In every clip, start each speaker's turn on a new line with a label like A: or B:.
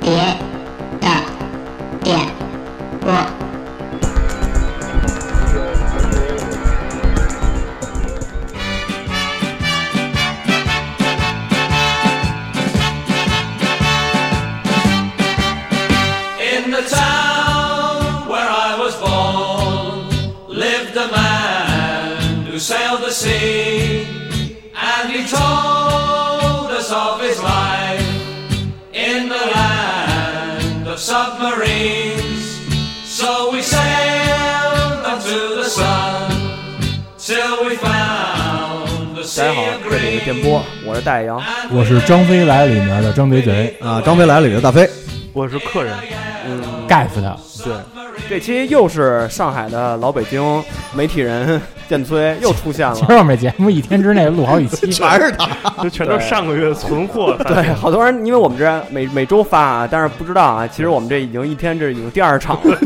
A: 别的点播。
B: In the town where I was born lived a man who sailed the sea, and he told us of his life in the land of submarines. So we sailed up to the sun till we found the
C: 大家
B: sea
C: 好
B: of，
C: 这里是电
B: green.
C: 波，我是大爷杨，
B: And
D: 我是张飞来里面的张嘴嘴
E: 啊，张飞来了里的大飞，
F: 我是客人，
D: 盖死他，
C: 这期又是上海的老北京媒体人建崔又出现
D: 其
C: 了
D: 实，我们节目一天之内录好几期，
E: 全是他。
F: 就全都
C: 对
F: 上个月的存 货。
C: 对，好多人因为我们这每每周发啊，但是不知道啊，其实我们这已经一天这已经第二场了，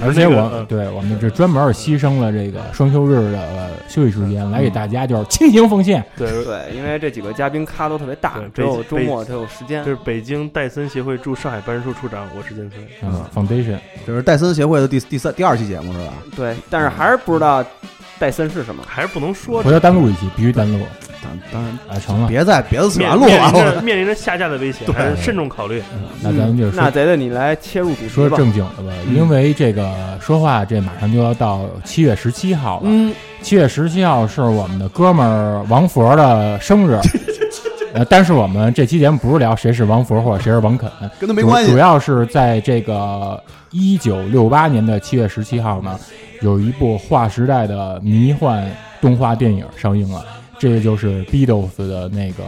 D: 而且
F: 那个
D: 我
F: 嗯
D: 对我们这专门牺牲了这个双休日的呃休息时间来给大家就是亲情奉献，
F: 对，
C: 对，因为这几个嘉宾咖都特别大
F: 对，
C: 只有
F: 北
C: 周末才有时间
F: 这。是北京戴森协会驻上海办事处处长，我是建飞。
D: 嗯，foundation
E: 这是戴森协会的第第三第二期节目是吧？
C: 对，但是还是不知道戴森是什么。
F: 还是不能说
D: 回头单录一期必须单录
E: 当当然，
D: 啊，成了，
E: 别在别的次
F: 面
E: 元录
F: 面
E: 了，
F: 临
E: 啊我
F: 着 面临着下架的危险，
E: 对
F: 还是慎重考虑。
D: 嗯那咱们就
C: 那
D: 说
C: 贼的，你来切入主题
D: 说
C: 吧。
D: 正经的吧，因为这个说话这马上就要到七月十七号了，
C: 嗯，
D: 七月十七号是我们的哥们儿王佛的生日，呃，但是我们这期节目不是聊谁是王佛或者谁是王肯，
E: 跟他没关
D: 主主
E: 系。
D: 要是在这个一九六八年的七月十七号呢，有一部划时代的迷幻动画电影上映了，这就是 Beatles 的那个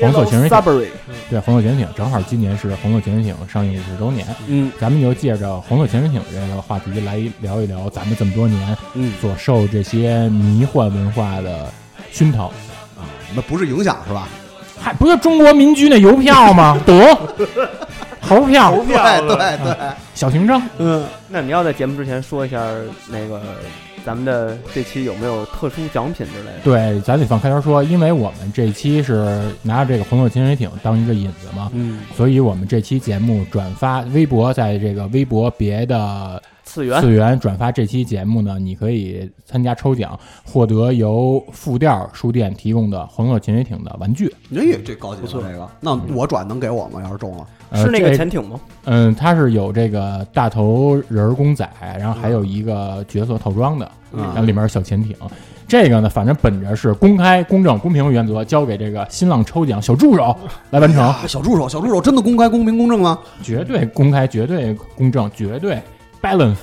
D: 黄色潜水艇。
C: Subway，
D: 对，黄色潜水艇正好今年是黄色潜水艇上映五十周年，
C: 嗯
D: 咱们就借着黄色潜水艇这个话题来聊一聊咱们这么多年
C: 嗯，
D: 所受这些迷幻文化的熏陶。
E: 啊那不是影响是吧？
D: 还不就中国民居那邮票吗？得， 猴票、
E: 对对对，
D: 小行政，
E: 嗯，
C: 那你要在节目之前说一下那个咱们的这期有没有特殊奖品之类的？
D: 对，咱得放开头说，因为我们这期是拿着这个红色潜水艇当一个引子嘛，
C: 嗯，
D: 所以我们这期节目转发微博，在这个微博别的
C: 次元
D: 次元转发这期节目呢，你可以参加抽奖，获得由复调书店提供的红色潜水艇的玩具。
E: 这这高级
C: 不
E: 了
C: 错
E: 这个。那我转能给我吗？要是中了，
D: 呃、
C: 是那个
D: 这
C: 潜艇吗？
D: 嗯，它是有这个大头人儿公仔，然后还有一个角色套装的，
E: 嗯
D: 然后里面有小潜艇。这个呢，反正本着是公开、公正、公平的原则，交给这个新浪抽奖小助手来完 成，
E: 啊小助手，小助手真的公开、公平、公正吗？
D: 绝对公开、绝对公正、绝对 balance。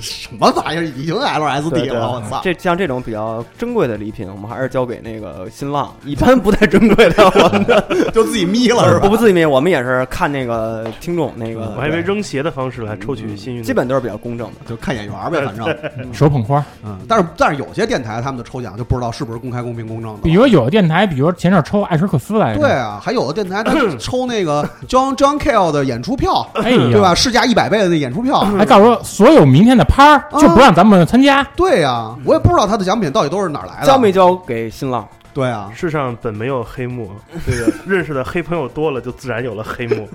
E: 什么玩意儿，已经 LSD 了，我操！
C: 这像这种比较珍贵的礼品，我们还是交给那个新浪，一般不太珍贵的。我们
E: 就自己眯了是
C: 我
E: 吧？
C: 不自己灭，我们也是看那个听众那个，
F: 嗯我还以为扔鞋的方式来抽
E: 嗯
F: 取幸运的，
C: 基本都是比较公正的。
E: 就看眼缘呗，反正。
D: 手捧花，
E: 嗯，但是但是有些电台他们的抽奖就不知道是不是公开、公平、公正的。
D: 比如有的电台，比如前阵抽艾什克斯来着，
E: 对啊，还有的电台他抽那个 John John Cale 的演出票，
D: 哎呀，
E: 对吧？市价一哎百倍的那演出票。
D: 还告诉说所有明天的趴儿
E: 啊
D: 就不让咱们参加，
E: 对呀，我也不知道他的奖品到底都是哪儿来的。
C: 交没交给新浪？
E: 对啊，
F: 世上本没有黑幕， 这个认识的黑朋友多了，就自然有了黑 幕。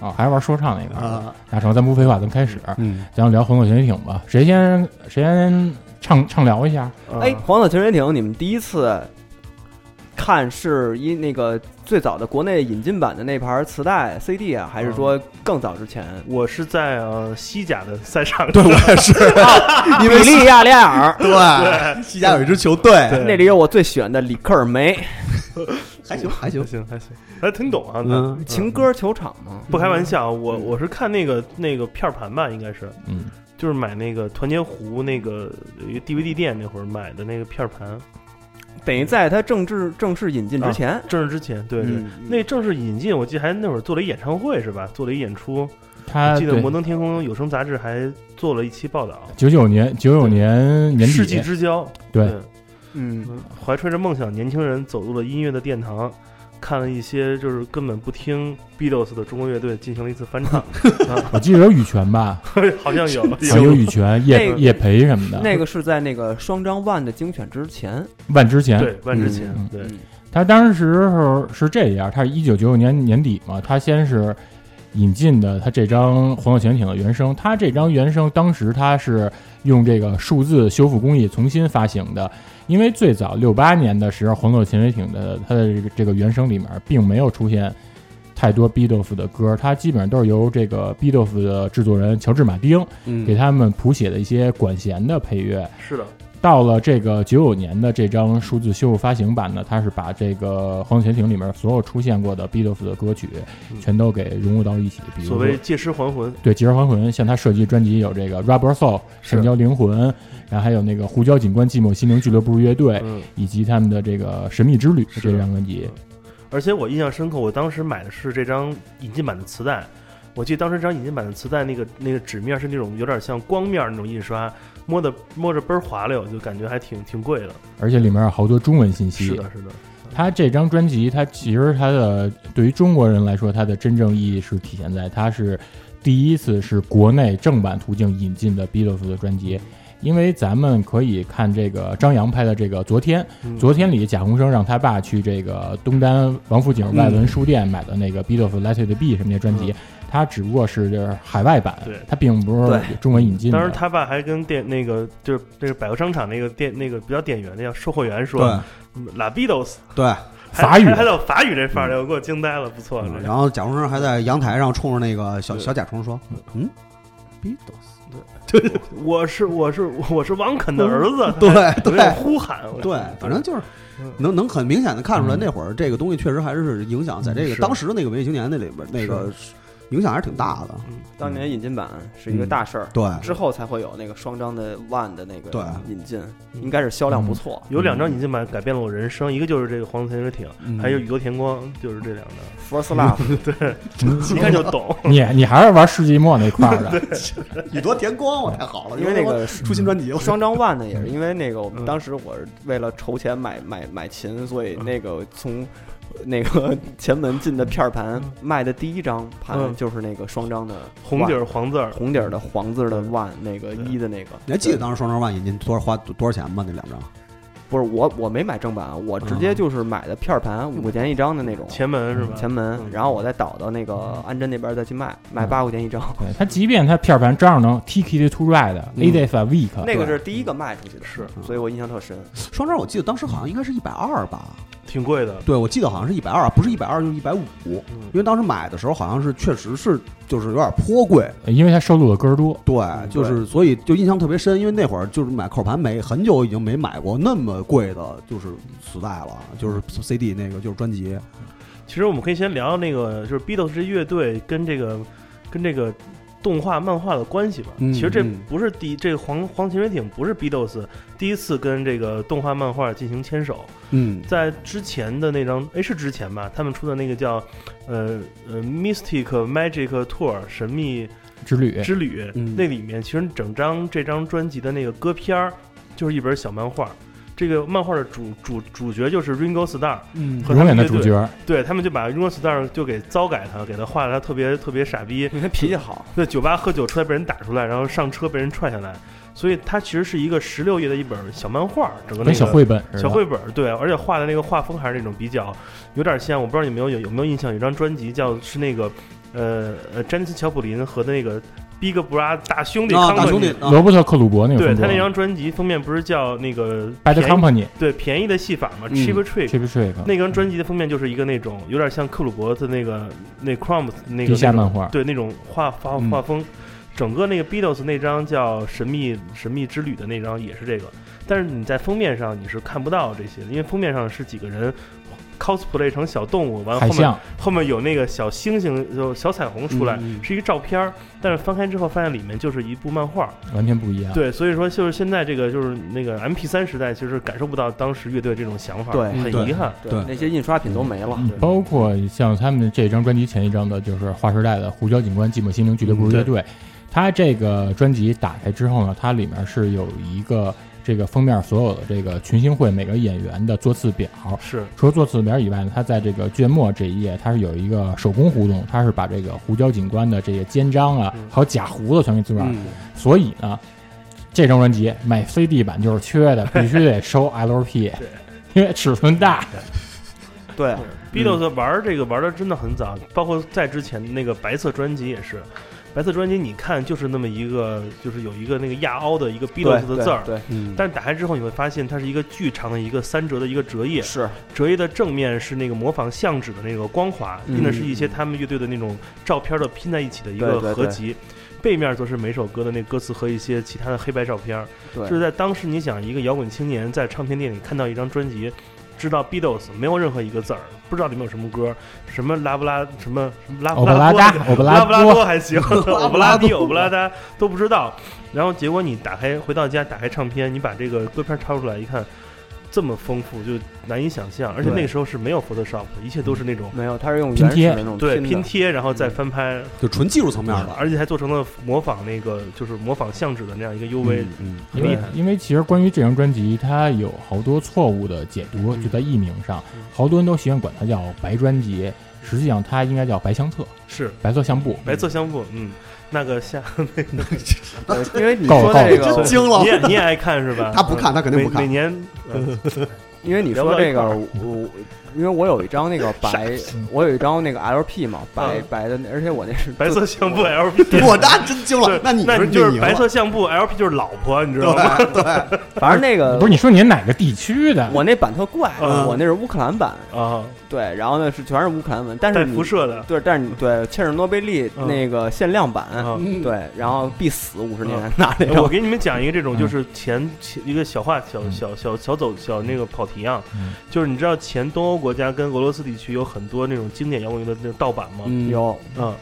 D: 啊，还是玩说唱那个。
E: 啊，
D: 大成，咱不废话，咱们开始，
E: 嗯，
D: 咱聊红色潜水艇吧。谁先谁先畅畅聊一下？
F: 啊
C: 哎，黄色潜水艇，你们第一次看是一那个最早的国内引进版的那盘磁带 CD 啊，还是
F: 嗯
C: 说更早之前？
F: 我是在呃西甲的赛场，
E: 对我也是，
C: 比
E: 因为
C: 利亚雷亚尔，
E: 对西甲有一支球队，
F: 对嗯
C: 那里有我最喜欢的里克尔梅，
E: 还行还
F: 还
E: 行，
F: 行还行，还挺懂啊。
E: 嗯
C: 情歌球场嘛。
F: 不开玩笑，啊我我是看那个那个片儿盘吧，应该是，
D: 嗯，
F: 就是买那个团结湖那个有一个 DVD 店那会儿买的那个片儿盘，
C: 等于在它正式正式引进之前，
F: 正是之前，啊对对，
C: 嗯，
F: 那正式引进，我记得还那会儿做了一演唱会是吧？做了一演出，
D: 他
F: 记
D: 啊
F: 得
D: 对
F: 《摩登天空》有声杂志还做了一期报道，
D: 九九年九九年年
F: 世纪
D: 底，
F: 之交，
D: 对，
C: 嗯，
F: 怀揣着梦想，年轻人走入了音乐的殿堂。看了一些就是根本不听 Beatles 的中国乐队进行了一次翻唱， 啊、
D: 我记得有羽泉吧，
F: 好像 有，
D: 啊有羽泉、
C: 那
D: 叶
C: 个
D: 叶培什
F: 嗯
D: 么的。
C: 那个是在那个双张万的精选之前，
D: 万之前，
F: 对，万之前，
D: 嗯
F: 对，
D: 他当时是是这样，他是一九九九年年底嘛，他先是引进的他这张《黄色潜艇》的原声。他这张原声当时他是用这个数字修复工艺重新发行的，因为最早六八年的时候，《黄色潜艇》的它的这个这个原声里面并没有出现太多 Beatles 的歌，它基本上都是由这个 Beatles 的制作人乔治马丁给
C: 嗯，
D: 他们谱写的一些管弦的配乐。
F: 是的，
D: 到了这个九九年的这张数字修复发行版呢，它是把这个《黄泉艇》里面所有出现过的 Beatles 的歌曲
F: 嗯
D: 全都给融入到一起，比如
F: 所
D: 说
F: 谓借尸还魂，
D: 对《吉尔还魂》，像他设计专辑有这个《Rubber Soul》
F: 是
D: 神交灵魂，然后还有那个《胡椒警官寂寞心灵俱乐部乐队》
F: 嗯，
D: 以及他们的这个《神秘之旅》
F: 是
D: 这张专辑，
F: 而且我印象深刻，我当时买的是这张引进版的磁带，我记得当时这张引进版的磁带那个那个纸面是那种有点像光面那种印刷，摸的摸着倍儿滑溜，就感觉还挺挺贵的。
D: 而且里面有好多中文信息。
F: 是的，是的，
D: 他这张专辑，它其实它的对于中国人来说，它的真正意义是体现在它是第一次是国内正版途径引进的 Beatles 的专辑，因为咱们可以看这个张扬拍的这个《昨天》，
F: 嗯
D: 昨天里贾宏声让他爸去这个东单王府井外文书店买的那
F: 嗯
D: 个 Beatles Let It Be 什么的专辑，它只不过是就是海外版
F: 对，
D: 它并不是
C: 对
D: 中文引进的。
F: 当时他爸还跟店那个就是那个百货商场那个店那个比较店员那叫售货员说嗯
E: 对
F: 拉 Beatles
E: 对，
F: 还
D: 法语
F: 还还有法语这范儿的，我给我惊呆了，不错，这
E: 嗯然后贾宏声还在阳台上冲着那个小小甲虫说：“嗯
F: 我是我是我是王肯的儿子，
E: 对
F: 有点
E: 对
F: 呼喊，我
E: 对，反正就是能能很明显的看出来，那会儿这个东西确实还是影响在这个
F: 是
E: 当时的那个文艺青年那里边那个影响还是挺大的。
F: 嗯
C: 当年引进版是一个大事儿，
E: 对，
C: 之后才会有那个双张的 One 的那
E: 对
C: 个引进，应该是销量不错。
F: 嗯
C: 嗯
F: 有两张引进版改变了我人生，一个就是这个《黄色潜水艇》，
E: 嗯
F: 还有《宇多田光》，就是这两 张，
C: First Love，
F: 一看就懂。
D: 你你还是玩世纪末那块儿 的，
E: 宇多田光，我太好了，
C: 因为那
E: 宇多
C: 个嗯
E: 田光出新专辑了。
C: 双张 One 呢，也是因为那个我
F: 嗯
C: 们当时我是为了筹钱买买买琴，所以那个从。那个 前门进的片儿盘卖的第一张
F: 嗯
C: 盘就是那个双张的
F: 红底
C: One，
F: 儿黄字儿，
C: 嗯红底儿嗯的黄字儿的 one 那个一的那个，
E: 你还记得当时双张万引进多少花多多少钱吗？那两张
C: 不是我我没买正版啊，我直接就是买的片儿盘，五块钱一张的那种
F: 前门是吧？
C: 嗯前
F: 嗯
C: 门，嗯然后我再导到那个安贞那边再去卖，卖八块钱一张。
D: 对他，即便他片儿盘照样能 T K 的 to right 的
F: 嗯
D: A d f a week，
C: 那个是第一个卖出去的，
F: 是
E: 嗯
C: 所以我印象特深。
E: 双张，我记得当时好像应该是一百二吧？
F: 挺贵的，
E: 对，我记得好像是一百二，不是一百二就是一百五，因为当时买的时候好像是确实是就是有点颇贵。
D: 呃因为他收录的歌儿多，
E: 对，就是所以就印象特别深，因为那会儿就是买扣盘没很久，已经没买过那么贵的，就是磁带了，就是 CD 那个就是专辑。
F: 其实我们可以先聊聊那个，就是 Beatles 这乐队跟这个跟这个动画漫画的关系吧。
E: 嗯
F: 其实这
E: 嗯
F: 不是第这个黄黄潜水艇不是 Beatles 第一次跟这个动画漫画进行牵手，
E: 嗯，
F: 在之前的那张，哎，是之前吧？他们出的那个叫呃呃 Mystic Magic Tour 神秘
D: 之旅，
F: 之旅，
E: 嗯
F: 那里面其实整张这张专辑的那个歌片儿就是一本小漫画。这个漫画的主主主角就是 Ringo Starr，
E: 嗯
F: 和他
D: 永
F: 们
D: 远的
F: 乐队
D: 主角。
F: 对他们就把 Ringo Starr 就给糟改他，给他画的他特别特别傻逼，
C: 因为脾气好，
F: 在酒吧喝酒出来被人打出来，然后上车被人踹下来，所以它其实是一个十六页的一本小漫画，整个那
D: 跟
F: 个
D: 小绘本似的，
F: 小绘本儿，对，而且画的那个画风还是那种比较有点像，我不知道你们有有有没有印象，有张专辑叫是那个呃呃詹妮斯乔普林和那个 Big Brother 大兄弟
E: 啊，
F: 康
E: 大
F: 伯
E: 兄弟
F: 尼，
E: 啊，
D: 罗伯特·克鲁伯那个
F: 对
D: 风格。
F: 他那张专辑封面不是叫那个
D: Bad
F: 便宜
D: Company
F: 对便宜的戏法嘛
C: 嗯
F: Cheap Trick。
D: Chip Trick
F: 那张专辑的封面就是一个那种有点像克鲁伯的那个那 Crumbs 那个
D: 地下
F: 那种
D: 漫画
F: 对那种画画
D: 嗯
F: 画风，整个那个 Beatles 那张叫《神秘神秘之旅》的那张也是这个，但是你在封面上你是看不到这些的，因为封面上是几个人 cosplay 成小动物，完
D: 海
F: 后面
D: 象，
F: 后面有那个小星星就小彩虹出来，
E: 嗯嗯
F: 是一个照片儿，但是翻开之后发现里面就是一部漫画，
D: 完全不一
C: 啊
D: 样。
F: 对，所以说就是现在这个就是那个 M P 三时代，其实感受不到当时乐队这种想法，
C: 对
E: 对
F: 很遗憾。
E: 对
C: 那些印刷品都没了。
D: 嗯，包括像他们这张专辑前一张的，就是划时代的《胡椒警官寂寞心灵俱乐部
F: 嗯对
D: 乐队》，它这个专辑打开之后呢，它里面是有一个这个封面所有的这个群星会每个演员的座次表，
F: 是，
D: 除了做字苗以外呢，它在这个卷末这一页，它是有一个手工互动，它是把这个胡椒警官的这些肩章啊
F: 嗯，
D: 还有假胡子全给做上。
E: 嗯，
D: 所以呢，这张专辑买 CD 版 就是缺的，必须得收 LP，因为尺寸大。
C: 对，
F: Beatles 玩这个玩的真的很早，包括在之前那个白色专辑也是，白色专辑你看就是那么一个，就是有一个那个亚凹的一个 Beatles 的字儿，
C: 对，
E: 嗯，
F: 但是打开之后你会发现它是一个巨长的一个三折的一个折页，
C: 是
F: 折页的正面是那个模仿相纸的那个光滑，
C: 嗯
F: 印的是一些他们乐队的那种照片的拼在一起的一
C: 对
F: 个
C: 对对
F: 合集。背面则是每首歌的那歌词和一些其他的黑白照片，
C: 对，
F: 就是在当时，你想一个摇滚青年在唱片店里看到一张专辑，知道 Beatles 没有任何一个字儿，不知道里面有什么歌，什么拉布拉什么什么拉
D: 欧布拉
F: 多
D: 达
F: 那个
D: 欧布拉
F: 拉布拉
D: 多
F: 多还行，欧布拉
E: 拉
F: 迪、
E: 多
F: 欧布拉达都不知道。然后结果你打开回到家，打开唱片，你把这个歌片抄出来一看，这么丰富，就难以想象。而且
C: 对
F: 那个时候是没有 Photoshop，的一切都是那种
C: 没有，它是用
D: 拼
C: 原始
D: 贴
C: 的那种
F: 对
C: 的
F: 拼贴，然后再翻拍，
E: 就纯技术层面的，
F: 而且还做成了模仿那个就是模仿相纸的那样一个 UV，
E: 嗯嗯，
F: 很
D: 因
F: 厉
D: 为
F: 害。
D: 因为其实关于这张专辑，它有好多错误的解读，就在译名上
F: 嗯，
D: 好多人都喜欢管它叫白专辑，实际上它应该叫白相册、
F: 是
D: 白色相簿。
F: 白色相簿，嗯，那个下
C: 对因为你
D: 够
C: 说
D: 够
C: 这个
E: 真，哦惊了
F: 你，也你也爱看是吧？ 嗯
E: 他不看他肯定不看
F: 每每年，呃
C: 因为你说这个，我因为我有一张那个白，我有一张那个 LP 嘛，白
F: 嗯
C: 白的那，而且 我那是
F: 白色相簿 LP，
E: 我那真惊了
F: 对，
E: 那你
F: 那
E: 是
F: 你就
E: 赢
F: 是白
E: 了，
F: 色相簿 LP 就是老婆，你知道吗？
E: 对啊对，
C: 反正那个
D: 不是你说你是哪个地区的？
C: 我那版特怪，
F: 嗯
C: 我那是乌克兰版，
F: 啊，
C: 对，然后呢是全是乌克兰 文，但
F: 带
C: 是你
F: 辐射的
C: 对，但是你对切尔诺贝利
F: 嗯
C: 那个限量版，
F: 啊。
E: 嗯，
C: 对，然后必死五十年拿那
F: 嗯
E: 啊
F: 哎我
C: 种，
F: 给你们讲一个这种，
D: 嗯
F: 就是前前一个小话小
D: 嗯
F: 小小小走小那个跑题啊
D: 嗯，
F: 就是你知道前东欧国家跟俄罗斯地区有很多那种经典摇滚乐的那种盗版吗？
E: 嗯
C: 有
F: 嗯，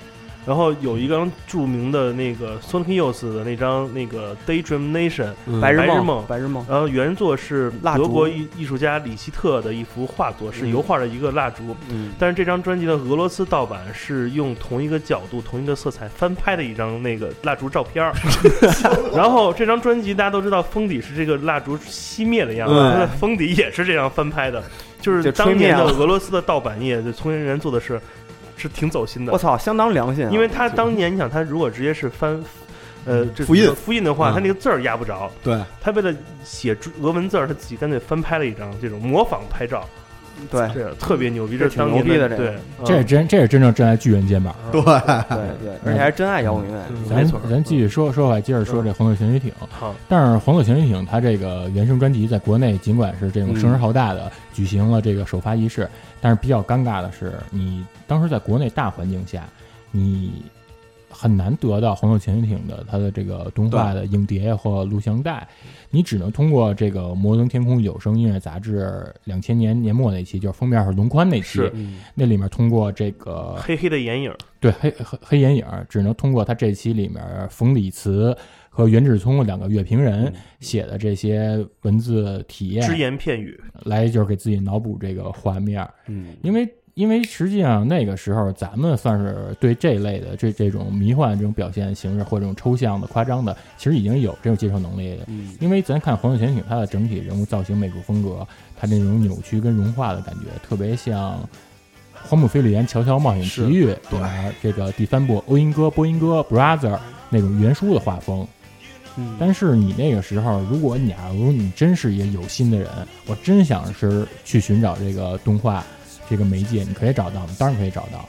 F: 然后有一张著名的那个 Sonic Youth 的那张那个 Daydream Nation，
E: 嗯
C: 白日
F: 白日
C: 梦，
F: 梦
C: 白日梦，
F: 然后原作是
C: 蜡烛
F: 德国艺艺术家里希特的一幅画作，是
C: 嗯
F: 油画的一个蜡烛。
C: 嗯，
F: 但是这张专辑的俄罗斯盗版是用同一个角度、同一个色彩翻拍的一张那个蜡烛照片儿。 然后这张专辑大家都知道，封底是这个蜡烛熄灭的样子，
E: 嗯
F: 它的封底也是这样翻拍的，就是
C: 就吹
F: 当年的
C: 灭了
F: 俄罗斯的盗版业，就从业人员做的是是挺走心的
C: 我。操，相当良心啊，
F: 因为他当年你想，他如果直接是翻，呃，这
E: 复印
F: 复印的话，
E: 嗯
F: 他那个字儿压不着。
E: 对，
F: 他为了写中俄文字儿，他自己干脆翻拍了一张这种模仿拍照，
C: 对
F: 这特别牛逼，
C: 哎这
F: 这是当年
C: 挺牛逼的这
F: 对
C: 个，嗯
D: 这是
F: 嗯
D: 真，这是真正站在巨人肩膀。
E: 对，
C: 对对，而且还是真爱摇滚乐，
F: 嗯没
D: 咱
F: 错，
D: 咱继续说说吧，接着说这黄色潜水艇。
F: 好，
D: 但是黄色潜水艇它这个原声专辑在国内尽管是这
F: 嗯
D: 种声势浩大的举行了这个首发仪式，但是比较尴尬的是，你当时在国内大环境下，你很难得到黄色潜水艇的它的这个动画的影碟或录像带，你只能通过这个《摩登天空有声音乐杂志》两千年年末那期，就是封面是龙宽那期
F: 是，嗯
D: 那里面通过这个
F: 黑黑的眼影，
D: 对黑黑黑眼影儿只能通过他这期里面冯李慈和袁志聪两个乐评人写的这些文字体
F: 嗯只
D: 验，啊
F: 言片语，
D: 来就是给自己脑补这个画面儿。
E: 嗯，
D: 因为因为实际上那个时候咱们算是对这类的这这种迷幻这种表现形式或者这种抽象的夸张的，其实已经有这种接受能力了。
E: 嗯
D: 因为咱看《黄色潜艇》，它的整体人物造型、美术风格，它那种扭曲跟融化的感觉，特别像《荒木飞吕彦乔乔冒险奇遇》里面这个第三部欧音哥、波音哥、Brother 那种原书的画风。
C: 嗯
D: 但是你那个时候，如果你假如你真是一个有心的人，我真想是去寻找这个动画这个媒介，你可以找到吗？当然可以找到。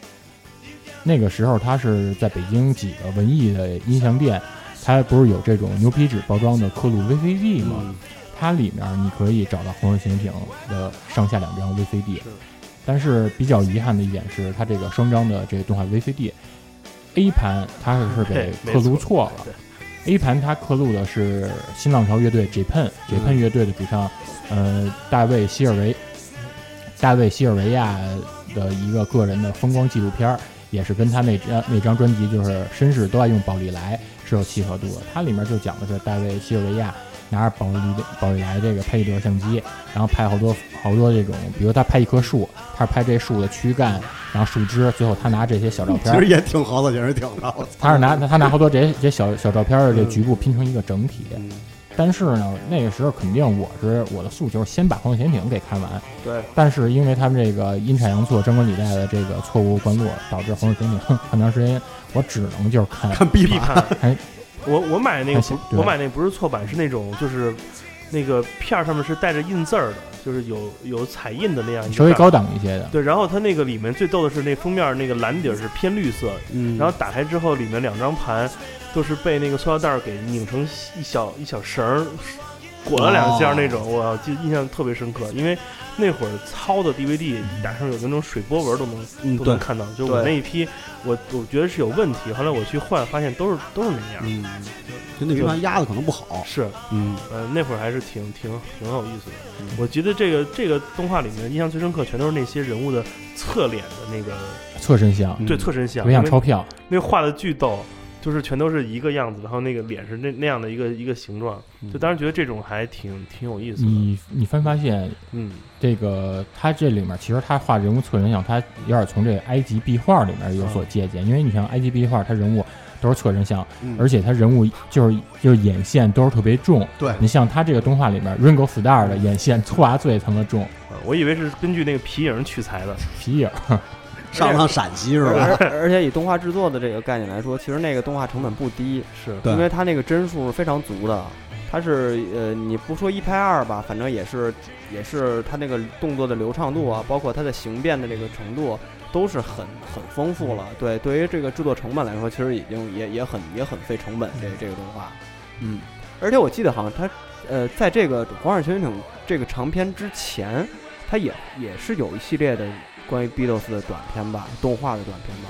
D: 那个时候，它是在北京几个文艺的音像店，它不是有这种牛皮纸包装的刻录 VCD 吗？
F: 嗯
D: 它里面你可以找到《红色潜艇》的上下两张 VCD，但是比较遗憾的一点是，它这个双张的这个动画 VCD A 盘它是给
F: 对
D: 刻
F: 没
D: 录
F: 错
D: 错了。A 盘它刻录的是新浪潮乐队 Japan Japan 乐队的主唱，呃，大卫希尔维大卫希尔维亚的一个个人的风光纪录片儿，也是跟他那张那张专呃辑就是绅士都爱用宝丽来是有契合度的。它里面就讲的是大卫希尔维亚拿着宝丽宝丽来这个拍一段相机，然后拍好多好多这种，比如他拍一棵树，他是拍这树的躯干，然后树枝，最后他拿这些小照
E: 其
D: 片儿
E: 实，也挺好的，也是挺好的，
D: 他是拿他拿好多这些这些小小照片儿的这局部拼成一个整体。
E: 嗯
D: 但是呢，那个时候肯定我是我的诉求是先把《黄色潜艇》给看完。
C: 对。
D: 但是因为他们这个阴差阳错、张冠李戴的这个错误灌录，导致《黄色潜艇》 很长时间我只能就是看
E: 看 B
F: 必
E: 版，
F: 看
D: 哎。
F: 我我买那
D: 还
F: 个不
D: 行，对
F: 我买那不是错版，是那种就是那个片儿上面是带着印字儿的，就是有有彩印的那样一个
D: 稍微
F: 盖儿。
D: 高档一些的。
F: 对，然后它那个里面最逗的是那封面那个蓝底儿是偏绿色，
E: 嗯，
F: 然后打开之后里面两张盘都是被那个塑料袋儿给拧成一小一小绳儿裹了两下儿那种，
E: 哦
F: 我记印象特别深刻，因为那会儿糙的 DVD 打上有那种水波纹都能、
E: 嗯
F: 都能
E: 对
F: 看到，就我那
C: 对
F: 一批，我我觉得是有问题，后来我去换发现都是都是那样儿，
E: 嗯，就那云盘压的可能不好，
F: 是
E: 嗯，
F: 呃，那会儿还是挺挺挺有意思的。我觉得这个这个动画里面印象最深刻，全都是那些人物的侧脸的那个
D: 侧身像，
E: 嗯
F: 对侧
D: 特
F: 身像，
D: 别像
F: 因为
D: 钞票，
F: 那画的巨逗，就是全都是一个样子，然后那个脸是那那样的一个一个形状，
C: 嗯
F: 就当时觉得这种还挺挺有意思的。
D: 你你翻发现
F: 嗯，
D: 这个他这里面其实他画人物侧身像，他有点从这个埃及壁画里面有所
E: 嗯
D: 借鉴，因为你像埃及壁画，他人物都是侧身像，
E: 嗯
D: 而且他人物就是就是眼线都是特别重。
E: 对
D: 你像他这个动画里面，Ringo Starr 的眼线画最他妈重，
F: 呃我以为是根据那个皮影取材的，
D: 皮影儿。
E: 上不上陕西是吧？
C: 而 而且以动画制作的这个概念来说，其实那个动画成本不低，
F: 是
E: 对
C: 因为它那个帧数是非常足的。它是呃，你不说一拍二吧，反正也是也是它那个动作的流畅度啊，包括它的形变的这个程度，都是很很丰富了。对，对于这个制作成本来说，其实已经也也很也很费成本这这个动画，嗯。而且我记得好像它呃，在这个《黄海全景》这个长片之前，它也也是有一系列的关于 Beatles 的短片吧，动画的短片吧，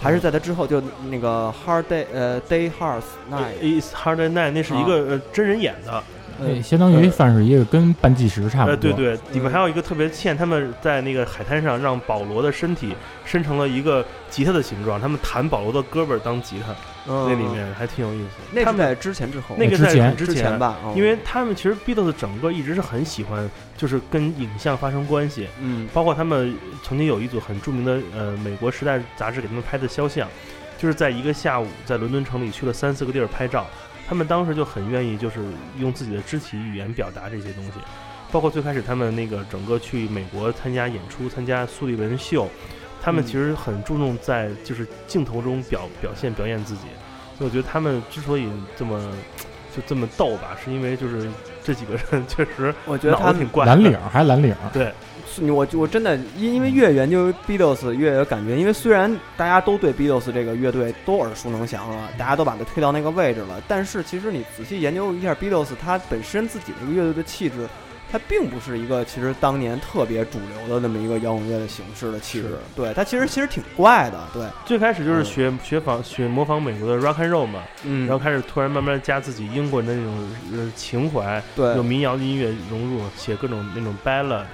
C: 还是在它之后就那个 Hard Day 呃 Day Hard Night
F: Is 呃 Hard and Night，那是一个
C: 啊
F: 呃真人演的，
C: 呃
D: 那相当于算是一个跟半计时差不
F: 呃
D: 多。
F: 对对，
C: 嗯
F: 里面还有一个特别欠，他们在那个海滩上让保罗的身体伸成了一个吉他的形状，他们弹保罗的胳膊当吉他，
C: 那
F: 那里面还挺有意思。
C: 嗯那
F: 他
C: 是
F: 们
C: 在之前之后
F: 那个
D: 之
F: 在
D: 前
F: 之
C: 之前
F: 前，
C: 吧，嗯
F: 因为他们其实 Beatles 整个一直是很喜欢，就是跟影像发生关系，
C: 嗯
F: 包括他们曾经有一组很著名的呃美国时代杂志给他们拍的肖像，就是在一个下午在伦敦城里去了三四个地儿拍照，他们当时就很愿意就是用自己的肢体语言表达这些东西，包括最开始他们那个整个去美国参加演出、参加苏利文秀，他们
C: 嗯
F: 其实很注重在就是镜头中表表现表演自己，所以我觉得他们之所以这么就这么逗吧，是因为就是这几个人确实
C: 我觉得
F: 脑
C: 他
F: 子挺
C: 们
F: 怪的，
D: 蓝领儿还蓝领儿，
F: 对
C: 是你我我真的因因为越研究 Beatles 越有感觉，因为虽然大家都对 Beatles 这个乐队都耳熟能详了，大家都把它推到那个位置了，但是其实你仔细研究一下 Beatles 它本身自己这个乐队的气质，它并不是一个其实当年特别主流的那么一个摇滚乐的形式的气质
F: 是，
C: 对它其实其实挺怪的，对，
F: 最开始就是学、学仿学模仿美国的 rock and roll 嘛，
C: 嗯
F: 然后开始突然慢慢加自己英国人的那种呃情怀，
C: 对
F: 有民谣的音乐融入，写各种那种 ballad，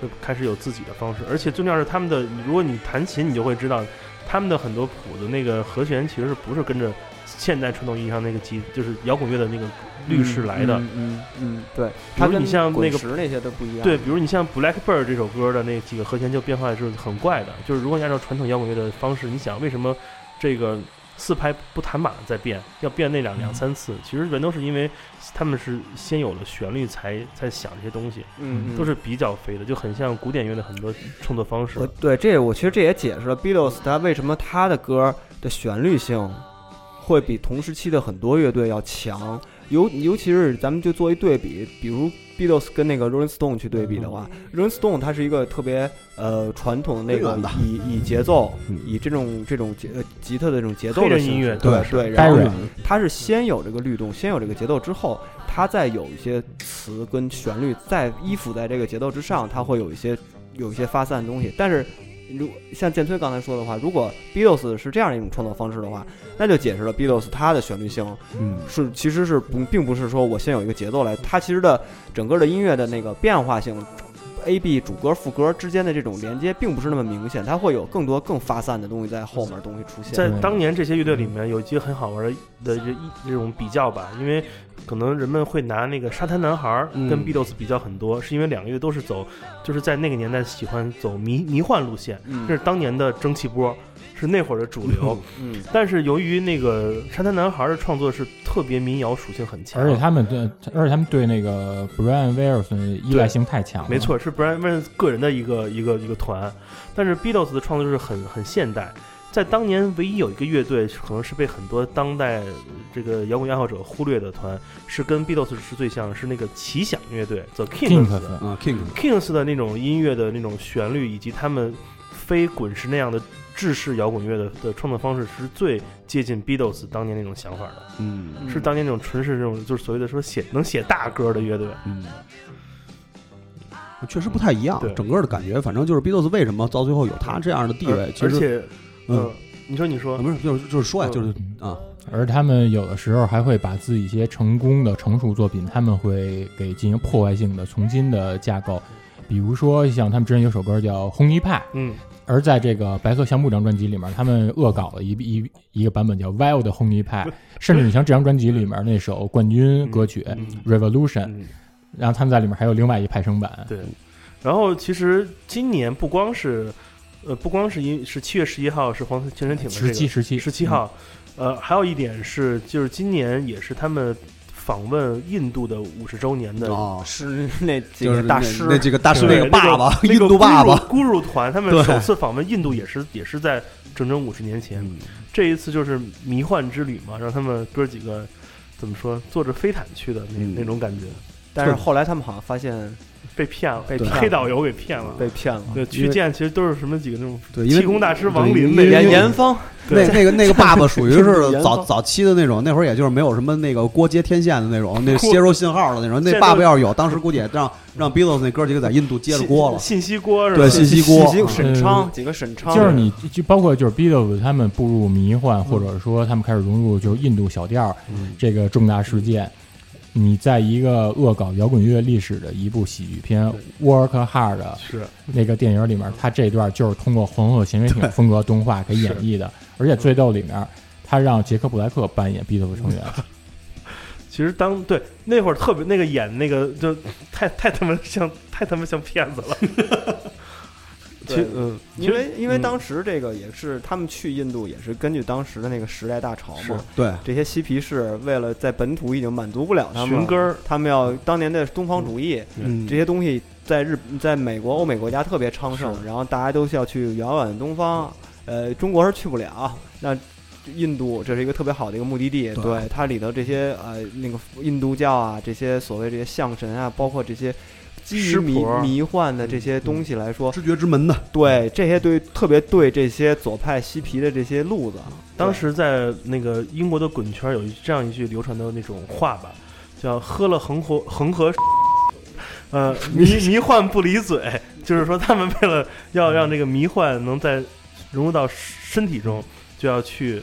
F: 就开始有自己的方式。而且最重要是他们的，如果你弹琴，你就会知道他们的很多谱的那个和弦其实是不是跟着现代传统意义上那个吉就是摇滚乐的那个律师来的。
C: 嗯嗯嗯嗯对，
F: 比
C: 它
F: 如
C: 跟
F: 你像那
C: 滚
F: 个
C: 石那些都不一样，
F: 对，比如你像《Blackbird》这首歌的那几个和弦就变化是很怪的，就是如果你按照传统摇滚乐的方式，你想为什么这个四拍不弹满再变，要变那
C: 嗯
F: 两两三次？其实全都是因为他们是先有了旋律才才想这些东西，
C: 嗯，嗯
F: 都是比较飞的，就很像古典乐的很多创作方式
C: 我。对这我其实这也解释了 Beatles 他为什么他的歌的旋律性会比同时期的很多乐队要强，尤尤其是咱们就做一对比，比如 Beatles 跟那个 Rolling Stone 去对比的话、r o l l i n g Stone 它是一个特别呃传统的那
E: 黑
C: 个
E: 人的
C: 以以节奏、
E: 嗯
C: 以这种这种节呃吉他的这种节奏
F: 黑
C: 的
F: 人
C: 形
F: 音乐
C: 式
E: 对
F: 吧
C: 对，
D: 呆
C: 然后
D: 软，
C: 它是先有这个律动，先有这个节奏之后，它再有一些词跟旋律再依附在这个节奏之上，它会有一些有一些发散的东西。但是，如像建崔刚才说的话，如果 Beatles 是这样一种创作方式的话，那就解释了 Beatles 它的旋律性
E: 嗯，
C: 是其实是不并不是说我先有一个节奏来，它其实的整个的音乐的那个变化性。A B 主歌副歌之间的这种连接并不是那么明显，它会有更多更发散的东西在后面东西出现。
F: 在当年这些乐队里面，有一些很好玩的这这种比较吧，因为可能人们会拿那个沙滩男孩儿
E: 嗯
F: 跟 Beatles 比较很多，是因为两个乐队都是走，就是在那个年代喜欢走迷迷幻路线，
C: 嗯
F: 这是当年的蒸汽波，是那会儿的主流。
C: 嗯，
F: 但是由于那个沙滩男孩儿的创作是特别民谣属性很强，
D: 而且他们对，而且他们对那个 Brian Wilson 的依赖性太强了。
F: 没，错，是 Brian Wilson 个人的一个一个一个团，但是 Beatles 的创作就是很很现代，在当年唯一有一个乐队，可能是被很多当代呃这个摇滚爱好者忽略的团，是跟 Beatles 是最像的，是那个奇响乐队 The Kings 的。
E: 啊，King
F: Kings 的那种音乐的那种旋律，以及他们非滚石那样的制式摇滚乐的的创作方式，是最接近 Beatles 当年那种想法的，
E: 嗯
F: 是当年那种纯是这种就是所谓的说写能写大歌的乐队。
E: 嗯，确实不太一样
F: 对，
E: 整个的感觉，反正就是 Beatles 为什么到最后有他这样的地
F: 而
E: 位，其
F: 而
E: 实
F: 且，
E: 嗯
F: 嗯，，你说你说
E: 啊，不是就是就是说呀，
F: 嗯
E: 就是啊，
D: 而他们有的时候还会把自己一些成功的成熟作品，他们会给进行破坏性的重新的架构，比如说像他们之前有首歌叫《红衣派》，
F: 嗯，
D: 而在这个《白色相簿》这张专辑里面，他们恶搞了一一一个版本叫《Wild 红衣 派》，甚至你像这张专辑里面那首冠军歌曲
F: 嗯
D: 《Revolution》，
F: 嗯，
D: 然后他们在里面还有另外一派生版，
F: 对。然后其实今年不光是，呃，不光是因是七月十一号是黄色潜水艇的这
D: 十
F: 个
D: 七十七
F: 十七，号，呃，还有一点是，就是今年也是他们访问印度的五十周年的。
E: 哦，
C: 是那几
E: 就是
C: 个
E: 那
C: 大师
E: 那几个大师
F: 对
E: 那个爸爸，
F: 那
E: 印
F: 个
E: 度爸爸，
F: 咕噜咕噜团，他们
E: 对
F: 首次访问印度也是也是在整整五十年前。
E: 嗯
F: 这一次就是迷幻之旅嘛，让他们哥几个怎么说，坐着飞毯去的那、
E: 嗯
F: 那种感觉，
C: 但是后来他们好像发现
F: 被骗了，被
C: 骗了
F: 黑导游给骗了。
C: 被骗了，
F: 对，
C: 因
F: 去
C: 为
F: 见其实都是什么几个那种
E: 对，因为
F: 气功大师王
E: 对
F: 林
E: 因为
F: 那
C: 严
E: 因为
F: 种，
C: 严方
E: 那那个那个爸爸属于
C: 就是
E: 是
C: 严
E: 早
C: 防
E: 早期的那种，那会儿也就是没有什么那个锅接天线的那种，那
F: 锅
E: 接收信号的那种。
F: 现
E: 那
F: 在
E: 爸爸要是有，当时估计也让让 Beatles 那哥几个在印度接着锅了。
F: 信信息锅是吧？
E: 对信息锅
C: 信
E: 嗯
C: 沈昌几个沈昌，
D: 嗯就是你就包括就是 Beatles 他们步入迷
F: 嗯
D: 幻，或者说他们开始融入就是印度小调
E: 嗯
D: 这个重大事件。你在一个恶搞摇滚乐历史的一部喜剧片《Work Hard》
F: 是
D: 那个电影里面，它这段就是通过黄鹤行为艇风格动画给演绎的，而且最逗里面，他让杰克布莱克扮演 Beatles 成员，
F: 其实当对那会儿特别那个演那个就太太他妈像太他妈像骗子了。 其
C: 对
F: 嗯，其
C: 因
F: 实
C: 为因为
F: 嗯
C: 当时这个也是他们去印度也是根据当时的那个时代大潮
F: 是
C: 嘛，
E: 对，
C: 这些嬉皮士为了在本土已经满足不了他们
F: 寻根
C: 了，
F: 儿
C: 他们要当年的东方主义
E: 嗯
C: 这些东西在日在美国欧美国家特别昌盛，然后大家都需要去遥远的东方，呃，中国是去不了，那。印度这是一个特别好的一个目的地，
E: 对
C: 对它里头这些呃那个印度教啊，这些所谓这些象神啊，包括这些基于
F: 湿
C: 迷
F: 婆
C: 迷幻的这些东西来说，
E: 知觉之门 的，
C: 对这些对特别对这些左派嬉皮的这些路子，啊
F: 当时在那个英国的滚圈有一这样一句流传的那种话吧，叫“喝了恒河恒河，呃，迷迷幻不离嘴”，就是说他们为了要让这个迷幻能在融入到身体中，就要去